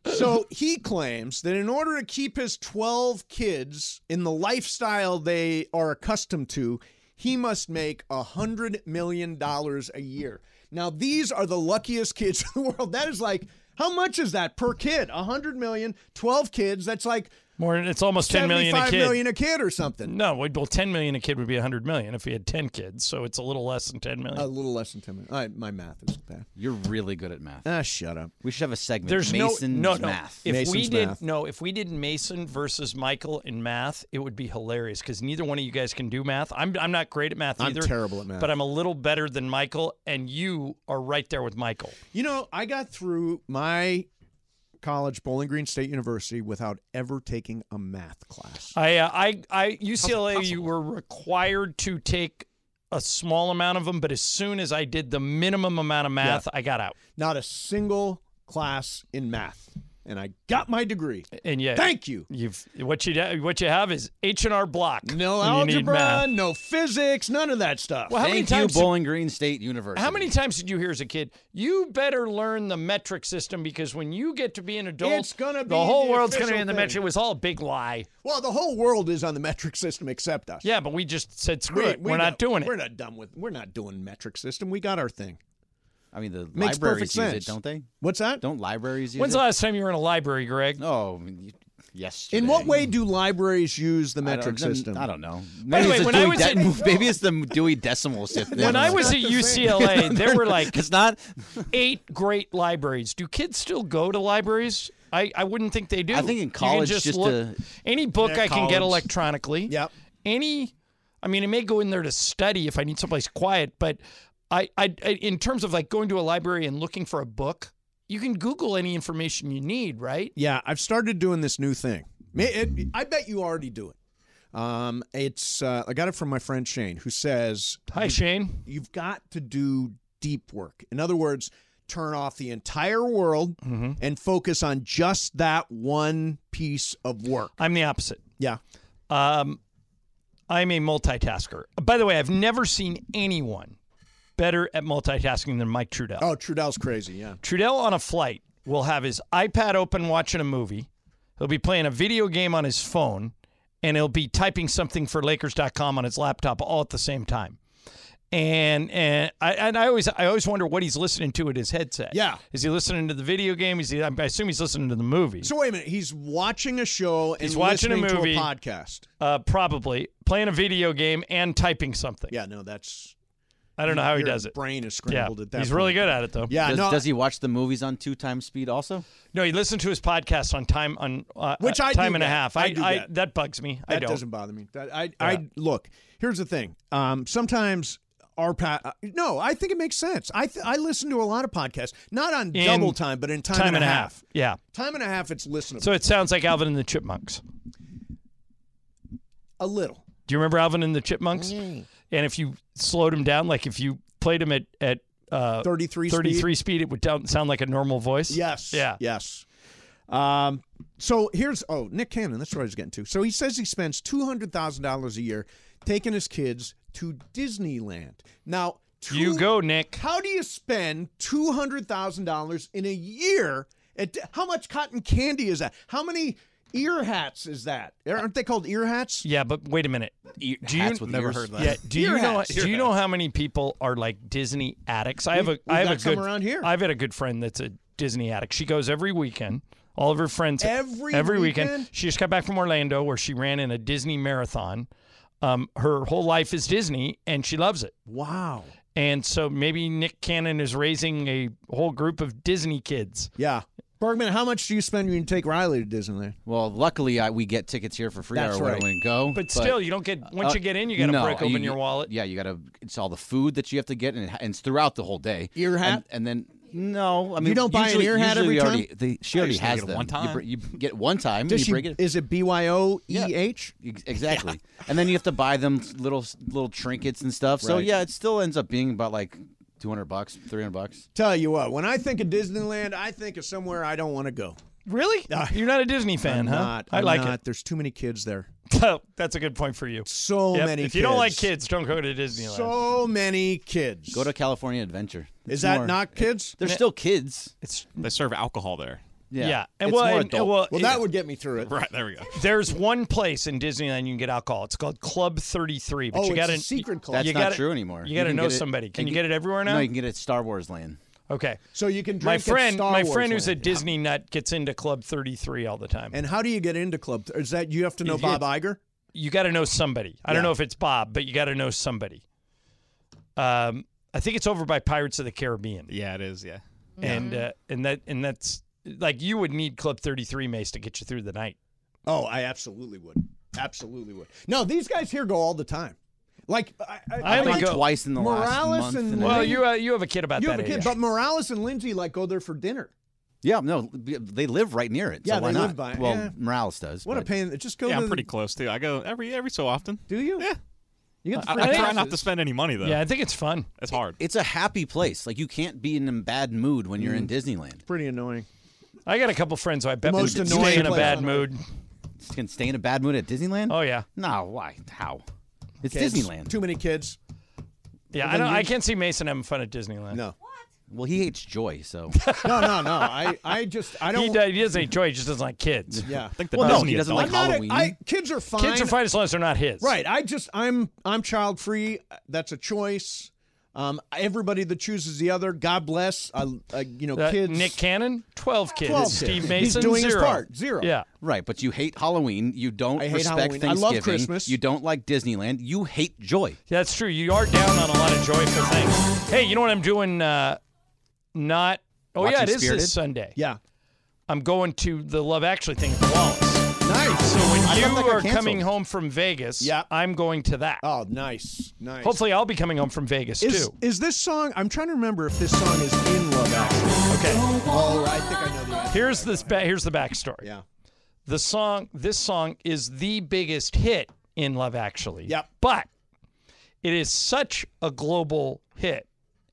S1: so he claims that in order to keep his 12 kids in the lifestyle they are accustomed to, he must make a $100 million a year. Now, these are the luckiest kids <laughs> in the world. That is like, how much is that per kid? A hundred million, 12 kids. That's like
S2: More. than- It's almost <laughs> ten million a
S1: 75
S2: kid.
S1: million a kid or something.
S2: No, well, well, ten million a kid would be a hundred million if he had ten kids. So it's a little less than ten million.
S1: A little less than 10 million. All right, my math is bad.
S6: You're really good at math.
S1: Ah, shut up.
S6: We should have a segment.
S2: There's
S6: Mason's
S2: no, no, no.
S6: math.
S2: If we
S6: Mason's
S2: did
S6: math.
S2: no, if we did Mason versus Michael in math, it would be hilarious because neither one of you guys can do math. I'm I'm not great at math
S1: I'm
S2: either.
S1: terrible at math.
S2: but I'm a little better than Michael, and you are right there with Michael.
S1: You know, I got through my college, Bowling Green State University, without ever taking a math class.
S2: I uh, I I UCLA, you were required to take a small amount of them, but as soon as I did the minimum amount of math, I got out.
S1: Not a single class in math, and I got my degree.
S2: And yeah,
S1: Thank you.
S2: You've what you da- what you have is H and R Block.
S1: No
S2: when you need
S1: algebra,
S2: math.
S1: no physics, none of that stuff.
S2: Well, how many
S6: Thank
S2: times
S6: you, Bowling Green State University.
S2: How many times did you hear as a kid, you better learn the metric system because when you get to be an adult,
S1: It's gonna be
S2: the whole
S1: the
S2: world's gonna be
S1: official
S2: in the
S1: thing.
S2: metric. It was all a big lie.
S1: Well, the whole world is on the metric system except us.
S2: Yeah, but we just said, screw it.
S1: we
S2: We, are not
S1: got-
S2: doing it.
S1: We're not done with. We're not doing metric system. We got our thing.
S6: I mean, the
S1: Makes perfect
S6: libraries use it,
S1: sense.
S6: don't they?
S1: What's that?
S6: Don't libraries use
S2: When's the
S6: it?
S2: last time you were in a library, Greg?
S6: No, oh, yesterday.
S1: In what way do libraries use the
S6: I don't-
S1: metric
S6: then-
S1: system?
S6: I don't know.
S2: By the
S6: Maybe
S2: way,
S6: it's
S2: when
S6: the
S2: I
S6: Dewey
S2: was
S6: De- <laughs>
S2: at-
S6: maybe it's the Dewey Decimal System.
S2: When I was
S6: <laughs>
S2: at
S1: <laughs>
S2: UCLA, there were like
S6: it's not.
S2: eight great libraries. Do kids still go to libraries? I, I wouldn't think they do.
S6: I think in
S2: You can
S6: college, just
S2: look-
S6: to-
S2: any book
S1: Yeah,
S2: I can get
S1: college.
S2: electronically.
S1: Yep.
S2: Any, I mean, I may go in there to study if I need someplace quiet, but I, I, I in terms of like going to a library and looking for a book, you can Google any information you need, right?
S1: Yeah, I've started doing this new thing. Ma- it- I bet you already do it. Um, it's uh, I got it from my friend Shane, who says,
S2: Hi, Shane.
S1: "You've got to do deep work. In other words, turn off the entire world
S2: Mm-hmm.
S1: and focus on just that one piece of work."
S2: I'm the opposite.
S1: Yeah,
S2: Um, I'm a multitasker. By the way, I've never seen anyone better at multitasking than Mike Trudell.
S1: Oh, Trudell's crazy. Yeah.
S2: Trudell on a flight will have his iPad open watching a movie. He'll be playing a video game on his phone and he'll be typing something for Lakers.com on his laptop all at the same time. And and I and I always I always wonder what he's listening to at his headset. Yeah, is he listening to the video game? Is he? I assume he's listening to the movie.
S1: So wait a minute. He's watching a show and
S2: He's watching a
S1: listening
S2: movie,
S1: to a podcast.
S2: Uh, probably playing a video game and typing something.
S1: Yeah, no, that's.
S2: I don't know how he
S1: Your
S2: does it.
S1: Brain is scrambled
S2: Yeah,
S1: at that.
S2: he's really
S1: point.
S2: good at it though.
S1: Yeah,
S6: Does,
S1: no,
S6: does he watch the movies on two times speed also?
S2: No, he listened to his podcast on time on uh,
S1: Which
S2: uh,
S1: I do
S2: time and a
S1: that.
S2: half.
S1: I
S2: I,
S1: do
S2: I-
S1: that.
S2: bugs me.
S1: That
S2: I don't.
S1: doesn't bother me. That, I, I look. Here's the thing. Um, sometimes our pa- uh, no, I think it makes sense. I th- I listen to a lot of podcasts, not on
S2: In
S1: double time, but in time,
S2: time and a half. Yeah.
S1: Time and a half. It's listenable.
S2: So it sounds like Alvin and the Chipmunks.
S1: a little.
S2: Do you remember Alvin and the Chipmunks?
S1: Mm.
S2: And if you slowed him down, like if you played him at at uh,
S1: 33
S2: 33 speed, it would down, sound like a normal voice.
S1: Yes.
S2: Yeah.
S1: Yes. Um, so here's oh Nick Cannon. That's what I was getting to. So he says he spends two hundred thousand dollars a year taking his kids to Disneyland. Now
S2: You go, Nick.
S1: How do you spend two hundred thousand dollars in a year? At how much cotton candy is that? How many ear hats is that? Aren't they called ear hats?
S2: Yeah, e, but wait a minute. Do you
S6: hats with Never ears? heard that.
S2: Yeah, do
S1: Ear
S2: you know
S1: hats.
S2: do you know how many people are like Disney addicts? I have a
S1: We've-
S2: I
S1: we've
S2: have a
S1: got some
S2: good
S1: around here.
S2: I've had a good friend that's a Disney addict. She goes every weekend. All of her friends
S1: Every weekend?
S2: She just got back from Orlando where she ran in a Disney marathon. Um, her whole life is Disney and she loves it.
S1: Wow.
S2: And so maybe Nick Cannon is raising a whole group of Disney kids.
S1: Yeah. Bergman, how much do you spend when you take Riley to Disneyland?
S6: Well, luckily I, we get tickets here for free.
S1: That's
S6: hour when
S1: right.
S6: we go.
S2: But still, you don't get once
S6: uh,
S2: you get in, you got to
S6: no,
S2: break open your wallet.
S6: Yeah, you got to. It's all the food that you have to get, and, it, ha- and it's throughout the whole day.
S1: Ear hat?
S6: and, and then no, I mean
S1: don't buy an
S6: usually-
S1: ear hat
S6: usually
S1: every
S6: we
S1: time?
S6: Already, they, she
S1: I
S6: already
S1: used to
S6: has
S1: get it
S6: them.
S1: one
S6: You,
S1: time.
S6: br- you get one time.
S1: Does
S6: you
S1: she-
S6: break it.
S1: Is it BYO
S6: <laughs> Ex- Exactly. And then you have to buy them little little trinkets and stuff. So
S1: Right.
S6: yeah, it still ends up being about like 200 bucks, 300 bucks.
S1: Tell you what, when I think of Disneyland, I think of somewhere I don't want to go. <laughs>
S2: Really? You're not a Disney fan,
S1: I'm
S2: huh?
S1: not.
S2: I
S1: I'm
S2: like
S1: not. There's too many kids there.
S2: it. Oh, <laughs> that's a good point for you.
S1: So
S2: Yep,
S1: many.
S2: If you don't like
S1: kids.
S2: kids, don't go to Disneyland.
S1: So many kids.
S6: Go to California Adventure.
S1: Is
S6: It's
S1: that
S6: more-
S1: not kids?
S6: They're still kids.
S2: it's
S13: They serve alcohol there.
S6: Yeah.
S2: Yeah, and
S6: It's
S2: well,
S6: more
S2: and- and
S6: adult.
S2: well,
S1: Well,
S2: it-
S1: that would get me through it.
S13: Right there we go.
S2: <laughs> There's one place in Disneyland you can get alcohol. It's called Club 33. But
S1: Oh,
S2: you
S1: it's
S2: got
S1: a secret club.
S6: That's
S2: you
S6: not
S2: gotta-
S6: true anymore.
S2: You got to
S6: can
S2: know
S6: get it-
S2: somebody. Can you get it everywhere now?
S6: No, you can get it at Star Wars Land.
S2: okay.
S1: So you can drink
S2: My
S1: at
S2: friend,
S1: Star
S2: my
S1: Wars
S2: friend who's a
S1: Land.
S2: Disney nut gets into Club 33 all the time.
S1: And how do you get into club? Is that you have to know
S2: You
S1: Bob
S2: get-
S1: Iger?
S2: you got to know somebody. I
S1: Yeah.
S2: don't know if it's Bob, but you got to know somebody. Um, I think it's over by Pirates of the Caribbean,
S13: Yeah, it is. Yeah.
S2: and uh, and that and that's like you would need Club 33 Mace to get you through the night.
S1: Oh, I absolutely would. Absolutely would. No, these guys here go all the time. Like I, I,
S2: I only
S1: like
S2: go-
S6: Twice in the
S1: Morales
S6: last month.
S1: and
S6: and a
S2: Well,
S6: half.
S2: you uh, you have a kid about
S1: you
S2: that
S1: have a
S2: age.
S1: kid, but Morales and Lindsay like go there for dinner.
S6: yeah, no, they live right near it. so
S1: Yeah,
S6: why
S1: they
S6: not?
S1: live by it,
S6: Well,
S1: yeah.
S6: Morales does.
S1: What a
S6: but-
S1: pain! Just go. to
S13: yeah, I'm
S1: the-
S13: pretty close too. I go every every so often.
S1: Do you?
S13: Yeah.
S1: You get the
S13: I,
S1: free
S13: I try not
S1: passes.
S13: to spend any money though.
S2: yeah, I think it's fun.
S13: It's hard.
S6: It's a happy place. Like you can't be in a bad mood when you're in Disneyland.
S1: Pretty Mm. annoying.
S2: I got a couple friends who I bet
S1: Most
S2: would
S1: annoying
S2: stay in a
S1: place
S2: bad
S1: on
S2: mood.
S6: You can stay in a bad mood at Disneyland.
S2: Oh yeah,
S6: No, why? How? It's
S1: Kids.
S6: Disneyland.
S1: Too many kids.
S2: yeah.
S1: Well,
S2: I
S1: then
S2: don't.
S1: you-
S2: I can't see Mason having fun at Disneyland.
S1: No,
S6: Well, he hates joy, so
S1: <laughs> no, no, no. I, I just, I
S2: He,
S1: don't.
S2: does, he doesn't enjoy. He just doesn't like kids. <laughs>
S1: Yeah.
S13: I think the
S6: Well, no,
S13: Disney
S6: he doesn't
S13: adult-
S6: like
S1: Not a-
S6: Halloween.
S1: I- kids are fine.
S2: Kids are fine as long as they're not his.
S1: Right. I just, I'm, I'm child free. That's a choice. Um, everybody that chooses the other, God bless. I, I you know,
S2: That-
S1: kids.
S2: Uh, Nick Cannon, twelve kids.
S1: 12
S2: Steve
S1: kids.
S2: Mason,
S1: He's doing his
S2: zero.
S1: part. Zero.
S2: Yeah.
S6: Right, but you hate Halloween. You don't
S1: I hate
S6: respect
S1: Halloween. I
S6: Thanksgiving.
S1: love Christmas.
S6: You don't like Disneyland. You hate joy.
S2: That's true. You are down on a lot of joyful things. Hey, you know what I'm doing? Uh, not. Oh yeah, it
S6: Watching
S2: is
S6: Spirited?
S2: this Sunday.
S1: Yeah.
S2: I'm going to the Love Actually thing at the Wallace.
S1: Nice. So
S2: When you
S6: thought that got
S2: are
S6: canceled.
S2: coming home from Vegas,
S1: Yeah.
S2: I'm going to that.
S1: oh, nice, nice.
S2: Hopefully, I'll be coming home from Vegas
S1: Is,
S2: too.
S1: is this song? I'm trying to remember if this song is in Love Actually.
S2: Okay.
S1: Oh, I think I know the answer.
S2: Here's this. Ba- here's the backstory.
S1: Yeah.
S2: the song this song is the biggest hit in love actually
S1: Yep.
S2: but it is such a global hit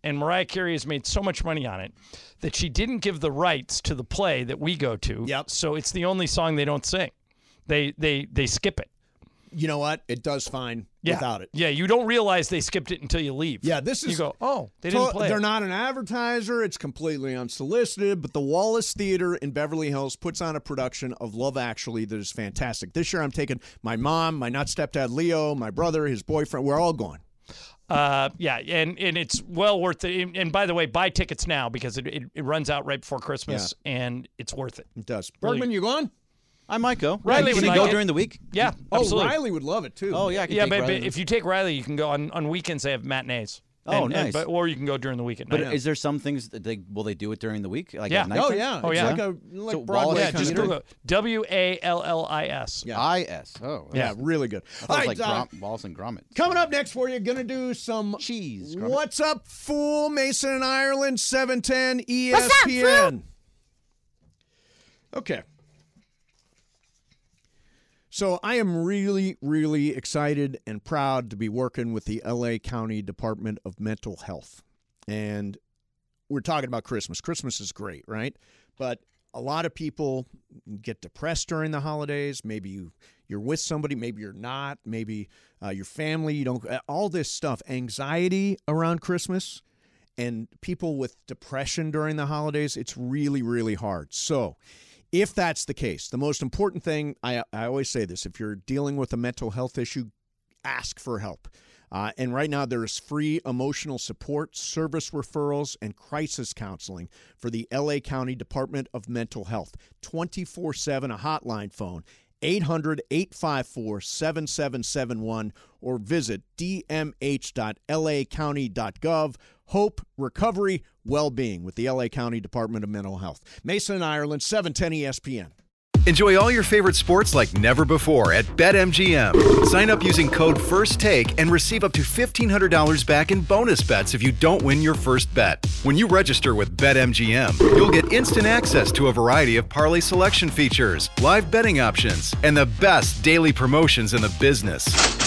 S2: and mariah carey has made so much money on it that she didn't give the rights to the play that we go to
S1: Yep.
S2: so it's the only song they don't sing they they they skip it
S1: You know what? It does fine
S2: yeah.
S1: without it.
S2: yeah you don't realize they skipped it until you leave
S1: Yeah, this
S2: you
S1: is-
S2: go oh they
S1: So
S2: didn't play
S1: They're
S2: it.
S1: not an advertiser. It's completely unsolicited. But the Wallace Theater in Beverly Hills puts on a production of Love Actually that is fantastic. This year, I'm taking my mom, my not stepdad Leo, my brother, his boyfriend. We're all going.
S2: Uh, yeah, and, and it's well worth it. And, and by the way, buy tickets now because it, it, it runs out right before Christmas, and it's worth it. It
S1: does. Bergman, you going?
S6: I might go.
S2: Riley
S6: you
S2: would
S6: can
S2: like
S6: go
S2: it.
S6: during the week.
S2: Yeah,
S1: Oh,
S2: absolutely.
S1: Riley would love it too.
S6: Oh, yeah, I could
S2: yeah,
S6: take
S2: but,
S6: Riley.
S2: but if you take Riley, you can go on, on weekends. They have matinees.
S6: Oh,
S2: And- and-
S6: nice.
S2: but- or you can go during the week at
S6: But
S2: night.
S6: is there some things that they will they do it during the week? Like
S2: yeah.
S6: At night time?
S2: Oh, yeah.
S6: So Wallace
S2: yeah, just
S6: Theater?
S2: Google it. W A L L I S.
S6: I S. Oh,
S2: Yeah,
S1: really good.
S6: All
S1: All
S6: right,
S1: right,
S6: like
S1: uh,
S6: Grom- Wallace and Gromit.
S1: Coming up next for you, gonna do some cheese.
S6: Gromit.
S1: What's up, fool? Mason and Ireland, seven ten E ESPN.
S6: What's up,
S1: Okay. So I am really, really excited and proud to be working with the LA County Department of Mental Health. And we're talking about Christmas. Christmas is great, right? But a lot of people get depressed during the holidays. Maybe you you're with somebody, maybe you're not. Maybe uh, your family. You don't. uh, All this stuff, anxiety around Christmas, and people with depression during the holidays. It's really really hard. So. If that's the case, the most important thing, I, I always say this if you're dealing with a mental health issue, ask for help. Uh, and right now, there is free emotional support, service referrals, and crisis counseling for the LA County Department of Mental Health. 24 7, a hotline phone, 800 854 7771, or visit dmh.lacounty.gov. Hope, recovery, well being with the LA County Department of Mental Health. Mason, Ireland, E 710 ESPN.
S7: Enjoy all your favorite sports like never before at BetMGM. Sign up using code FIRSTTAKE and receive up to $1,500 back in bonus bets if you don't win your first bet. When you register with BetMGM, you'll get instant access to a variety of parlay selection features, live betting options, and the best daily promotions in the business.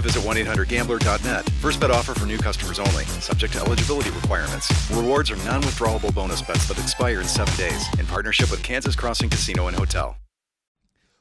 S7: visit 1 800 Gambler.net. First bet offer for new customers only, subject to eligibility requirements. Rewards are non withdrawable bonus bets that expire in seven days in partnership with Kansas Crossing Casino and Hotel.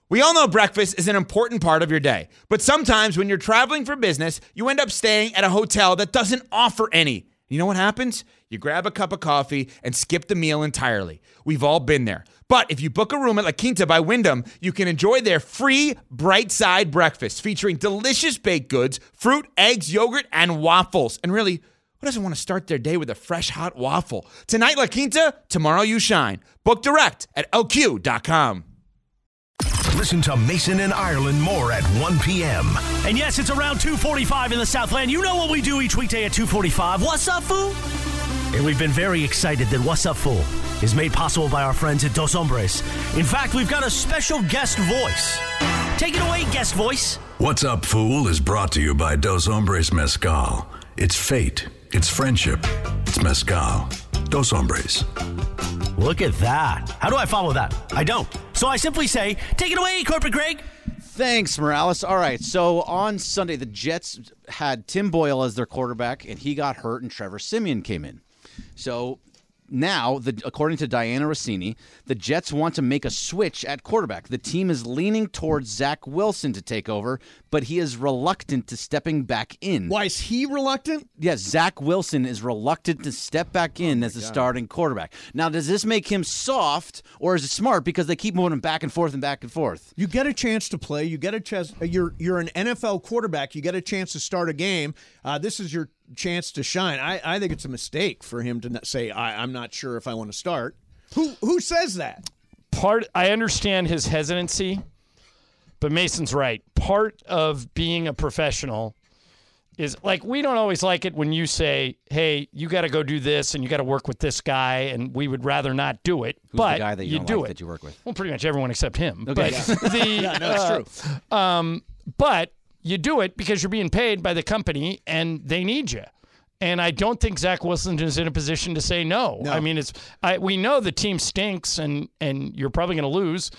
S15: We all know breakfast is an important part of your day, but sometimes when you're traveling for business, you end up staying at a hotel that doesn't offer any. You know what happens? You grab a cup of coffee and skip the meal entirely. We've all been there. But if you book a room at La Quinta by Wyndham, you can enjoy their free bright side breakfast featuring delicious baked goods, fruit, eggs, yogurt, and waffles. And really, who doesn't want to start their day with a fresh hot waffle? Tonight, La Quinta, tomorrow you shine. Book direct at lq.com.
S8: Listen to Mason and Ireland more at 1 p.m.
S10: And yes, it's around 2:45 in the Southland. You know what we do each weekday at 2:45. What's up, fool? And we've been very excited that What's Up Fool is made possible by our friends at Dos Hombres. In fact, we've got a special guest voice. Take it away, guest voice.
S8: What's Up, Fool is brought to you by Dos Hombres Mezcal. It's fate, it's friendship, it's mezcal. Dos Hombres.
S10: Look at that. How do I follow that? I don't. So I simply say, take it away, Corporate Greg.
S6: Thanks, Morales. All right. So on Sunday, the Jets had Tim Boyle as their quarterback, and he got hurt, and Trevor Simeon came in. So now, the, according to Diana Rossini, the Jets want to make a switch at quarterback. The team is leaning towards Zach Wilson to take over, but he is reluctant to stepping back in.
S1: Why is he reluctant? Oh
S6: Yes, Zach Wilson is reluctant to step back in as the starting quarterback. Now, does this make him soft, or is it smart because they keep moving him back and forth and back and forth?
S1: You get a chance to play. You get a chance. uh, You're you're an NFL quarterback. You get a chance to start a game. Uh, this is your chance to shine. I, I think it's a mistake for him to not say I, I'm not sure if I want to start. Who who says that?
S2: part I understand his hesitancy, but Mason's right. Part of being a professional is like we don't always like it when you say, "Hey, you got to go do this and you got to work with this guy," and we would rather not do it.
S6: Who's
S2: but
S6: the guy that you,
S2: you
S6: don't
S2: do
S6: like
S2: it.
S6: that you work with?
S2: Well, pretty much everyone except him.
S6: Okay,
S2: but
S6: yeah.
S2: <laughs> the
S6: Yeah, no, it's
S2: true. Um, but you do it because you're being paid by the company and they need you. And I don't think Zach Wilson is in a position to say no. I mean, it's I, we know the team stinks and and you're probably going to lose.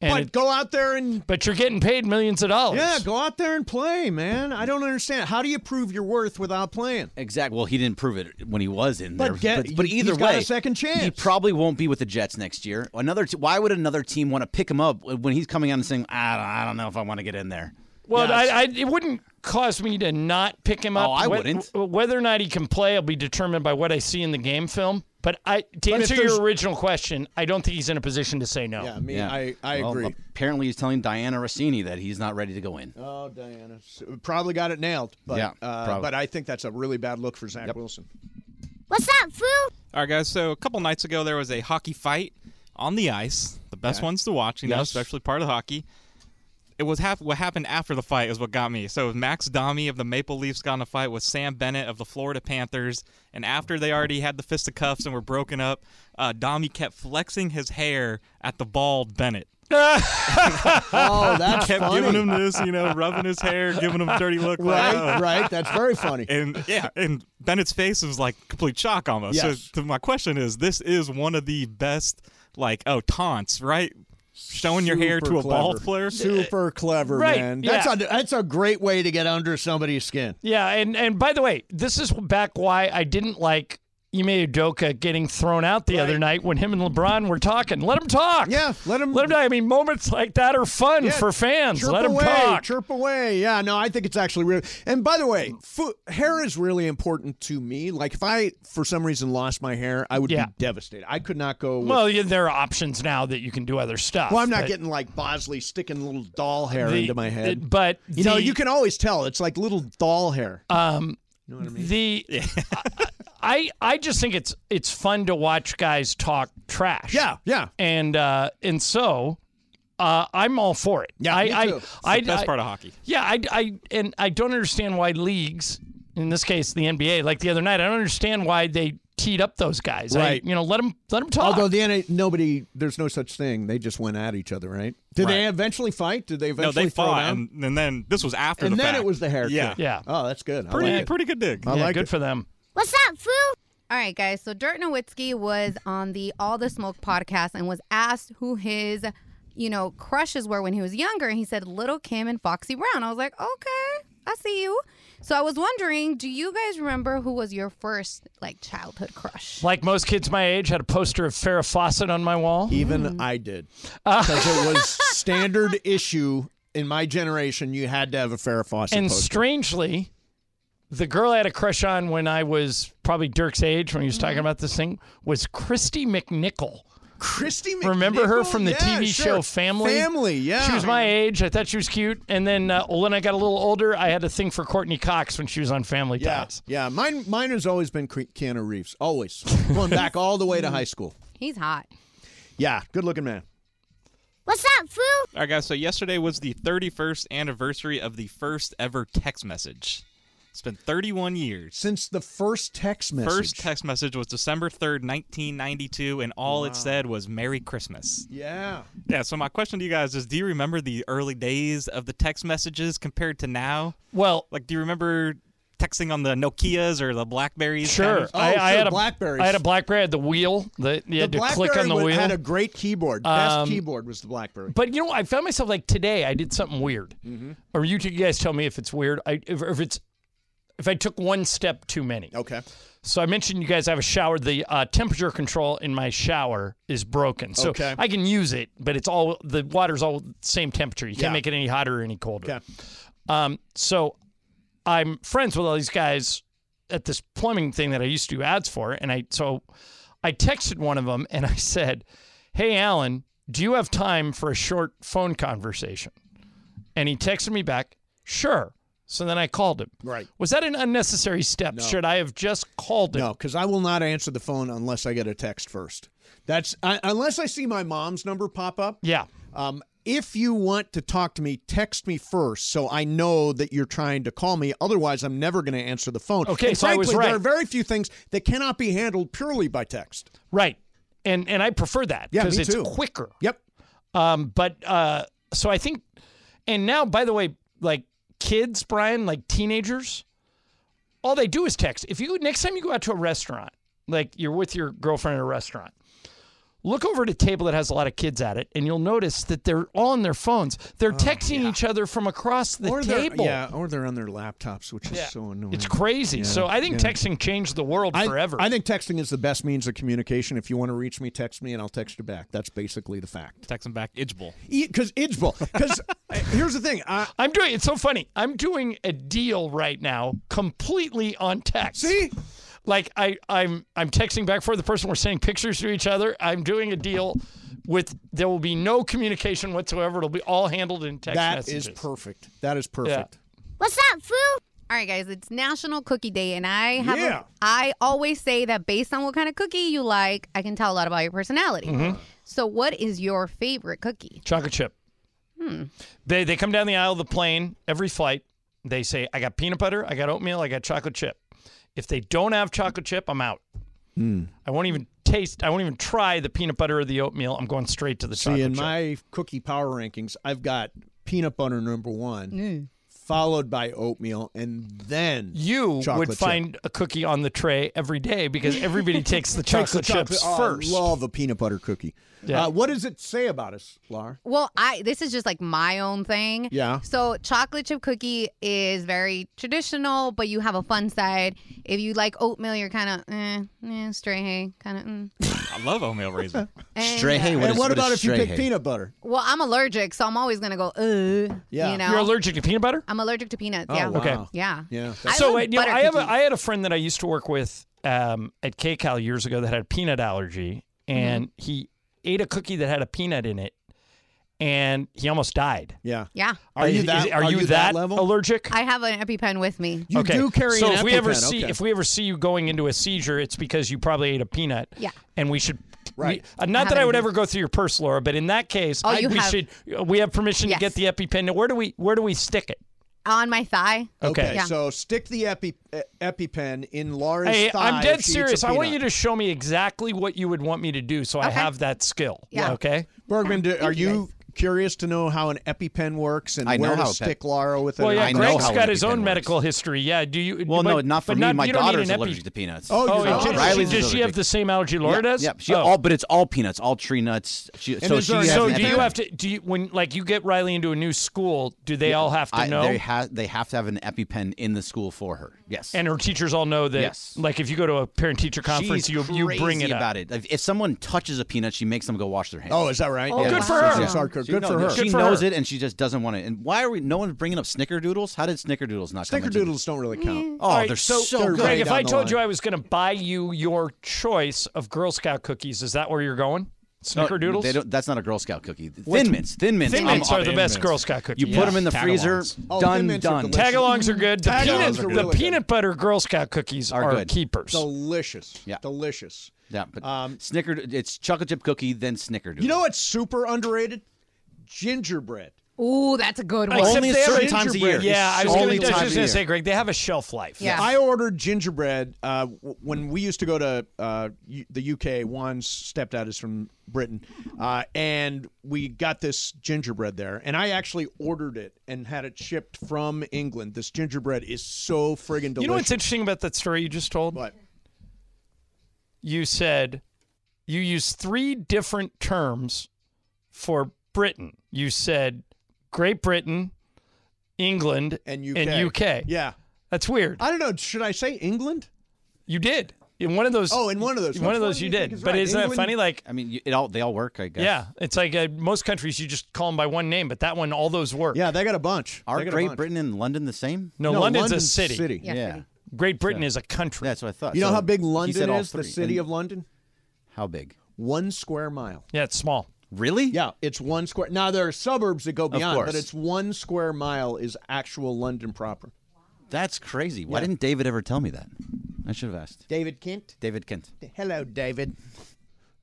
S1: but go out there and.
S2: But you're getting paid millions of dollars.
S1: Yeah, go out there and play, man. I don't understand. How do you prove your worth without playing?
S6: Exactly. Well, he didn't prove it when he was in
S1: But
S6: there.
S1: get-
S6: but, but
S1: he-
S6: either
S1: he's
S6: way,
S1: got a second chance.
S6: He probably won't be with the Jets next year. Another. T- why would another team want to pick him up when he's coming out and saying, "I don't, I don't know if I want to get in there."
S2: Well,
S6: Yes.
S2: I, I, it wouldn't cause me to not pick him up.
S6: Oh, I
S2: Whe-
S6: wouldn't.
S2: w- Whether or not he can play, will be determined by what I see in the game film. But I, to
S6: But if
S2: answer
S6: there's-
S2: your original question, I don't think he's in a position to say no.
S1: Yeah, me, I, I
S6: Well, uh,
S1: agree.
S6: Apparently, he's telling Diana Rossini that he's not ready to go in.
S1: Oh, Diana. S- Probably got it nailed. But,
S6: Yeah,
S1: uh,
S6: probably.
S1: but I think that's a really bad look for Zach Wilson.
S16: What's up, fool?
S13: All right, guys. So a couple nights ago, there was a hockey fight on the ice. The best
S16: Yeah.
S13: ones to watch, you know,
S16: Yes.
S13: especially part of hockey. It was hap- what happened after the fight is what got me. So Max Domi of the Maple Leafs got in a fight with Sam Bennett of the Florida Panthers, and after they already had the fisticuffs and were broken up, uh, Domi kept flexing his hair at the bald Bennett. <laughs>
S1: Oh, that's
S13: He kept
S1: funny.
S13: giving him this, you know, rubbing his hair, giving him
S12: <laughs>
S13: a dirty look. like,
S1: Right,
S13: oh.
S1: right. That's very funny.
S13: <laughs> And yeah, and Bennett's face was like complete shock almost.
S1: Yes.
S13: So to my question is, this is one of the best like oh taunts, right? Showing your hair
S1: Super
S13: to a
S1: clever.
S13: bald player.
S1: Super clever,
S2: Right,
S1: man. That's
S2: yeah.
S1: a that's a great way to get under somebody's skin.
S2: Yeah, and and by the way, this is back why I didn't like Ime Udoka getting thrown out the other night when him and LeBron were talking. Let him talk. Yeah,
S1: let him.
S2: Let him. I mean, moments like that are fun
S1: Yeah,
S2: for fans.
S1: Chirp
S2: Let him
S1: away,
S2: talk.
S1: Chirp away. Yeah, no, I think it's actually real. And by the way, fo- hair is really important to me. Like if I for some reason lost my hair, I would
S2: Yeah.
S1: be devastated. I could not go. With,
S2: Well, yeah, there are options now that you can do other stuff.
S1: Well, I'm not
S2: but-
S1: getting like Bosley sticking little doll hair
S2: The-
S1: into my head.
S2: it- but
S1: you know,
S2: the-
S1: you can always tell. It's like little doll hair.
S2: Um,
S13: <laughs>
S2: The I I just think it's it's fun to watch guys talk trash.
S1: Yeah, yeah.
S2: And uh, and so uh, I'm all for it. Yeah, I
S13: me
S2: I,
S13: too. It's the
S2: I
S13: best
S2: I-
S13: part of hockey.
S2: Yeah, I, I and I don't understand why leagues, in this case the NBA, like the other night, I don't understand why they teed up those guys. I-
S1: Right.
S2: you know, let them let them talk.
S1: Although the NA, nobody, there's no such thing. They just went at each other, right? Did they eventually fight? Did they
S13: No,
S1: eventually
S13: they
S1: throw
S13: fought,
S1: down?
S13: and, and then this was after.
S1: And
S13: the
S1: then
S13: fact.
S1: it was the hair.
S13: Yeah,
S1: kick. Oh, that's good. I
S13: Pretty,
S1: like it.
S13: pretty good dig.
S1: I
S2: yeah,
S1: like
S2: good
S1: it.
S2: for them.
S11: What's up, fool? All right, guys. So Dirk Nowitzki was on the All the Smoke podcast and was asked who his, you know, crushes were when he was younger, and he said Little Kim and Foxy Brown. I was like, okay, I see you. So I was wondering, do you guys remember who was your first like childhood crush?
S2: Like most kids my age, had a poster of Farrah Fawcett on my wall.
S1: Even I did. Because it
S2: <laughs>
S1: was standard issue in my generation. You had to have a Farrah Fawcett
S2: And
S1: poster.
S2: strangely, the girl I had a crush on when I was probably Dirk's age, when he was
S1: Mm-hmm.
S2: talking about this thing, was Christy McNichol.
S1: Christy McNichol?
S2: Remember her from the
S1: Yeah,
S2: TV
S1: sure.
S2: show Family?
S1: Family, yeah.
S2: She was my age. I thought she was cute. And then uh, when I got a little older, I had a thing for Courtney Cox when she was on Family
S1: yeah,
S2: Ties.
S1: yeah. Mine, mine has always been Ke- Keanu Reeves. Always
S2: <laughs>
S1: going back all the way to high school.
S11: He's hot.
S1: Yeah, good looking man.
S16: What's up, fool?
S13: All right, guys. So yesterday was the 31st anniversary of the first ever text message. It's been 31 years.
S1: Since the first text message.
S13: First text message was December 3rd, 1992, and all
S1: Wow.
S13: it said was "Merry Christmas."
S1: Yeah.
S13: Yeah, so my question to you guys is do you remember the early days of the text messages compared to now?
S2: Well,
S13: like do you remember texting on the Nokias or the Blackberries?
S2: Sure.
S13: kind of-
S2: I, I had a I had a BlackBerry. I had the wheel. The, you had
S1: Oh, the
S2: to
S1: BlackBerry
S2: click on the
S1: wa-
S2: wheel.
S1: had a great keyboard. Best
S2: Um,
S1: keyboard was the BlackBerry. Mm-hmm.
S2: But you know, I found myself like today. I did something weird, or you two guys tell me if it's weird. I if, if it's if I took one step too many.
S1: Okay.
S2: So I mentioned you guys have a shower. The uh, temperature control in my shower is broken, so
S1: Okay.
S2: I can use it, but it's all the water's all the same temperature. You
S1: Yeah.
S2: can't make it any hotter or any colder. Um, so I'm friends with all these guys at this plumbing thing that I used to do ads for, and I so I texted one of them and I said, "Hey, Alan, do you have time for a short phone conversation?" And he texted me back, "Sure." So then I called him.
S1: Right.
S2: Was that an unnecessary step?
S1: No.
S2: Should I have just called him?
S1: No, because I will not answer the phone unless I get a text first. That's I, unless I see my mom's number pop up.
S2: Yeah.
S1: Um, if you want to talk to me, text me first, so I know that you're trying to call me. Otherwise, I'm never going to answer the phone.
S2: Okay,
S1: And
S2: so I was
S1: frankly, There are
S2: right.
S1: very few things that cannot be handled purely by text.
S2: Right. And and I prefer that
S1: Yeah,
S2: because
S1: me
S2: it's
S1: too.
S2: quicker.
S1: Yep.
S2: Um, but uh, so I think, and now by the way, like kids, Brian, like teenagers, all they do is text. If you next time you go out to a restaurant, like you're with your girlfriend at a restaurant, Look over at a table that has a lot of kids at it, and you'll notice that they're all on their phones. They're texting each other from across the
S1: Oh, or they're-
S2: table.
S1: Yeah, or they're on their laptops, which is so annoying.
S2: It's crazy.
S1: Yeah,
S2: so I think
S1: yeah.
S2: texting changed the world
S1: I-
S2: forever.
S1: I think texting is the best means of communication. If you want to reach me, text me, and I'll text you back. That's basically the fact. E,
S13: Text him back, Idgeball.
S1: Because Idgeball. <laughs> Because uh, here's the thing. I,
S2: am doing. It's so funny. I'm doing a deal right now, completely on text.
S1: See.
S2: Like I, I'm, I'm texting back for the person. We're sending pictures to each other. I'm doing a deal with. There will be no communication whatsoever. It'll be all handled in text
S1: That is
S2: messages.
S1: perfect. That is perfect.
S11: What's up, foo? All right, guys, it's National Cookie Day, and I have.
S1: Yeah.
S11: A, I always say that based on what kind of cookie you like, I can tell a lot about your personality.
S2: Mhm.
S11: So, what is your favorite cookie?
S2: Chocolate chip.
S11: Hmm.
S2: They they come down the aisle of the plane every flight. They say, "I got peanut butter, I got oatmeal, I got chocolate chip." If they don't have chocolate chip, I'm out.
S1: Hmm.
S2: I won't even taste. I won't even try the peanut butter or the oatmeal. I'm going straight to the
S1: See,
S2: chocolate
S1: in
S2: chip.
S1: my cookie power rankings, I've got peanut butter number one,
S11: Mm.
S1: followed by oatmeal, and then
S2: you
S1: chocolate
S2: would
S1: chip.
S2: find a cookie on the tray every day because
S1: <laughs>
S2: everybody takes the
S1: Takes
S2: chocolate chips
S1: oh, I
S2: first.
S1: love a peanut butter cookie. Uh, what does it say about us, Lar?
S11: Well, I this is just like my own thing.
S1: Yeah.
S11: So chocolate chip cookie is very traditional, but you have a fun side. If you like oatmeal, you're kind of eh, eh, stray hay, kind of.
S2: <laughs>
S11: Mm.
S13: I love oatmeal
S1: <laughs>
S13: raisin.
S11: And,
S15: Stray hay,
S1: And
S15: what
S1: what,
S15: is- what is
S1: about if you
S15: stray
S1: pick
S15: hay?
S1: peanut butter?
S11: Well, I'm allergic, so I'm always gonna go. Ugh.
S2: Yeah.
S11: You know.
S2: You're allergic to peanut butter?
S11: I'm allergic to peanuts.
S2: Oh,
S11: yeah.
S2: wow.
S11: Yeah.
S1: Yeah.
S11: I
S2: so
S11: love
S2: wait, you know,
S11: butter
S2: I have a,
S11: cookies.
S2: I had a friend that I used to work with um, at KCAL years ago that had a peanut allergy,
S11: Mm-hmm.
S2: and he ate a cookie that had a peanut in it, and he almost died.
S1: Yeah.
S11: Yeah.
S1: Are you that-
S2: are, you, that, level? allergic?
S11: I have an EpiPen with me.
S1: You do carry
S2: So
S1: an
S2: if we
S1: EpiPen,
S2: ever see
S1: okay.
S2: if we ever see you going into a seizure, it's because you probably ate a peanut.
S11: Yeah.
S2: And we should.
S1: Right.
S2: we- uh, not that I
S11: haven't
S2: would
S11: either.
S2: ever go through your purse, Laura, but in that case,
S11: Oh,
S2: I-
S11: you
S2: we
S11: have-
S2: should. We have permission to get the EpiPen. Now, where do we where do we stick it?
S11: On my thigh.
S2: Okay.
S11: Yeah.
S1: So stick the Epi, uh, EpiPen in Laura's
S2: Hey,
S1: thigh.
S2: I'm dead serious. I want you to show me exactly what you would want me to do, so I have that skill.
S1: Yeah.
S2: Okay.
S1: Bergman, do, are you curious to know how an EpiPen works and
S2: I know
S1: where
S2: how
S1: to
S2: a
S1: stick
S2: pe-
S1: Laura with
S2: Well,
S1: it?
S2: yeah,
S1: I
S2: Greg's
S1: know
S2: got his own medical history. Yeah. Do you?
S6: Well,
S2: but-
S6: no, not for
S2: but
S6: me. My
S2: you don't need
S6: daughter's
S2: an epi-
S6: allergic to peanuts.
S2: Oh,
S6: Oh,
S2: your
S6: yeah.
S2: daughter-
S6: Riley's
S2: does she have
S6: allergic.
S2: the same allergy Laura
S6: yeah,
S2: does?
S6: Yep. She
S2: Oh.
S6: all, but it's all peanuts, all tree nuts. She, so she has
S2: so
S6: an
S2: do you
S6: EpiPen.
S2: have to do you when like you get Riley into a new school? Do they all have to
S6: I-
S2: know?
S6: They, ha- they have to have an EpiPen in the school for her. Yes.
S2: and her teachers all know that.
S6: Yes.
S2: Like if you go to a parent teacher conference,
S6: She's
S2: you you bring
S6: crazy
S2: it up.
S6: about it. If, if someone touches a peanut, she makes them go wash their hands.
S1: Oh, is that right?
S2: Oh, good for her.
S6: Yeah.
S1: Sorry, good
S6: She- no,
S1: for
S6: no,
S1: her.
S6: She
S1: Good for
S6: knows
S1: her.
S6: it, and she just doesn't want it. And why are we? No one's bringing up snickerdoodles. How did snickerdoodles not? come into
S1: Snickerdoodles Mm. don't really count.
S6: Oh,
S2: All right,
S6: they're
S2: so,
S6: so, good.
S2: Greg, if I told you I was going to buy you your choice of Girl Scout cookies, is that where you're going?
S6: No,
S2: Snickerdoodles?
S6: they don't, that's not a Girl Scout cookie. Thin
S2: What-
S6: mints. Thin mints.
S2: Thin
S6: I'm
S2: Mints
S6: all
S2: are the
S6: in.
S2: best Girl Scout cookie.
S6: You put them in the freezer.
S1: Oh,
S6: Done. done.
S2: Tagalongs are good. The, peanut,
S6: Tagalongs are
S2: the
S6: really good.
S2: peanut butter Girl Scout cookies are,
S6: good.
S2: keepers.
S1: Delicious.
S6: Yeah.
S1: Delicious. Um,
S6: Yeah, but Snickerd. It's chocolate chip cookie, then Snickerdoodle.
S1: You know what's super underrated? Gingerbread.
S11: Ooh, that's a good one.
S6: Except Only
S2: They have
S6: certain
S2: a-
S6: times a year.
S2: Yeah, I was
S6: Only
S2: going
S6: times a
S2: to
S6: year.
S2: say, Greg, they have a shelf life.
S1: I ordered gingerbread uh, w- when we used to go to uh, U- the UK. Juan's stepdad is from Britain, uh, and we got this gingerbread there. And I actually ordered it and had it shipped from England. This gingerbread is so friggin' delicious.
S2: You know what's interesting about that story you just told?
S1: What?
S2: You said you used three different terms for Britain. You said Great Britain, England,
S1: and
S2: UK.
S1: Yeah.
S2: That's weird.
S1: I don't know. Should I say England?
S2: You did. In one of those.
S1: Oh, in one of those.
S2: One
S1: Which
S2: of those
S1: do
S2: you
S1: think
S2: did.
S1: is
S2: but
S1: right?
S2: isn't that
S1: England?
S2: funny? Like,
S6: I mean, you- it all they all work. I guess.
S2: yeah, it's like uh, most countries you just call them by one name, but that one, all those work.
S1: Yeah, they got a bunch.
S6: Are
S1: They got a
S6: Great
S1: bunch.
S6: Britain and London the same?
S2: No, No, London's a London's city. city.
S6: Yeah.
S2: Yeah, Great Britain is a country.
S6: That's what I thought.
S1: You know
S6: So
S1: how big
S6: he said
S1: London
S6: all
S1: is? The
S6: three.
S1: city
S6: And
S1: of London?
S6: How big?
S1: One square mile.
S2: Yeah, it's small.
S6: Really?
S1: Yeah, it's one square. Now there are suburbs that go beyond,
S6: course.
S1: but it's one square mile is actual London proper.
S6: That's crazy. Why
S1: Yeah.
S6: didn't David ever tell me that? I should have asked.
S1: David Kent.
S6: David Kent.
S1: Hello, David.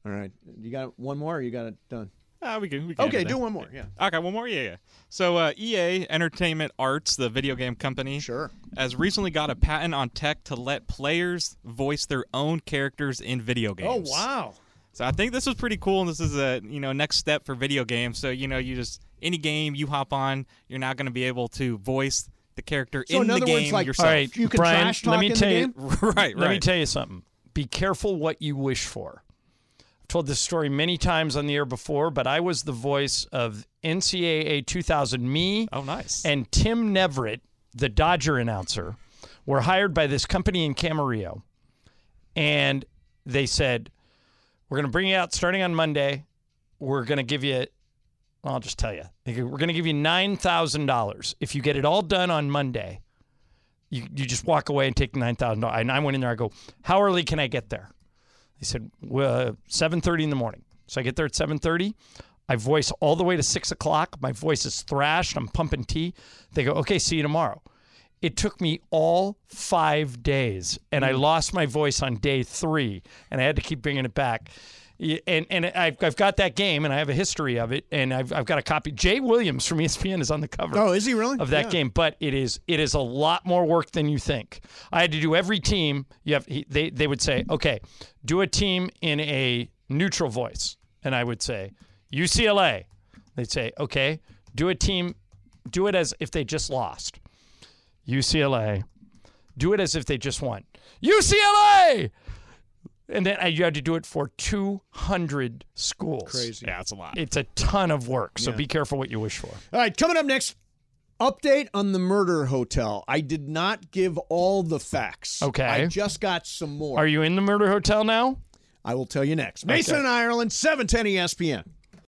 S1: All right, you got one more. or You got it done.
S13: Ah, we can. We can
S1: Okay,
S13: end it
S1: do
S13: there.
S1: one more, yeah.
S13: Okay, one more. Yeah, yeah. So uh, EA Entertainment Arts, the video game company,
S1: sure,
S13: has recently got a patent on tech to let players voice their own characters in video games.
S1: Oh, wow.
S13: So I think this is pretty cool, and this is a you know next step for video games. So you know you just any game you hop on, you're now going to be able to voice the character
S1: So
S13: in
S1: in
S13: the
S1: other
S13: game
S1: words, like,
S13: yourself.
S1: All right, you could
S2: Brian,
S1: trash
S2: let
S1: talk
S2: me <laughs>
S1: in the
S2: tell you,
S1: game?
S13: Right,
S2: Let me
S13: right.
S2: tell you something. Be careful what you wish for. I've told this story many times on the air before, but I was the voice of NCAA 2000. Me, oh nice, and Tim Neverett, the Dodger announcer, were hired by this company in Camarillo, and they said, "We're going to bring you out starting on Monday. We're going to give you." I'll just tell you. They go, We're going to give you nine thousand dollars if you get it all done on Monday. You, you just walk away and take nine thousand dollars. And I went in there. I go, how early can I get there? They said well, seven thirty in the morning. So I get there at seven thirty. I voice all the way to six o'clock. My voice is thrashed. I'm pumping tea. They go, okay, see you tomorrow. It took me all five days, and I
S1: Mm.
S2: lost my voice on day three, and I had to keep bringing it back. Y- And and I've, I've got that game, and I have a history of it, and I've, I've got a copy. Jay Williams from E ESPN is on the cover.
S1: Oh, is he really?
S2: of that
S1: Yeah.
S2: game? But it is it is a lot more work than you think. I had to do every team. You have he, they they would say, okay, do a team in a neutral voice, and I would say UCLA. They'd say, okay, do a team, do it as if they just lost. UCLA. Do it as if they just won. UCLA. And then uh, you had to do it for 200 schools.
S1: Crazy.
S2: Yeah, it's a lot. It's a ton of work. So
S1: Yeah.
S2: be careful what you wish for.
S1: All right, coming up next, update on the murder hotel. I did not give all the facts.
S2: Okay.
S1: I just got some more.
S2: Are you in the murder hotel now? E
S1: E I will tell you next. Mason in Ireland, 710 ESPN.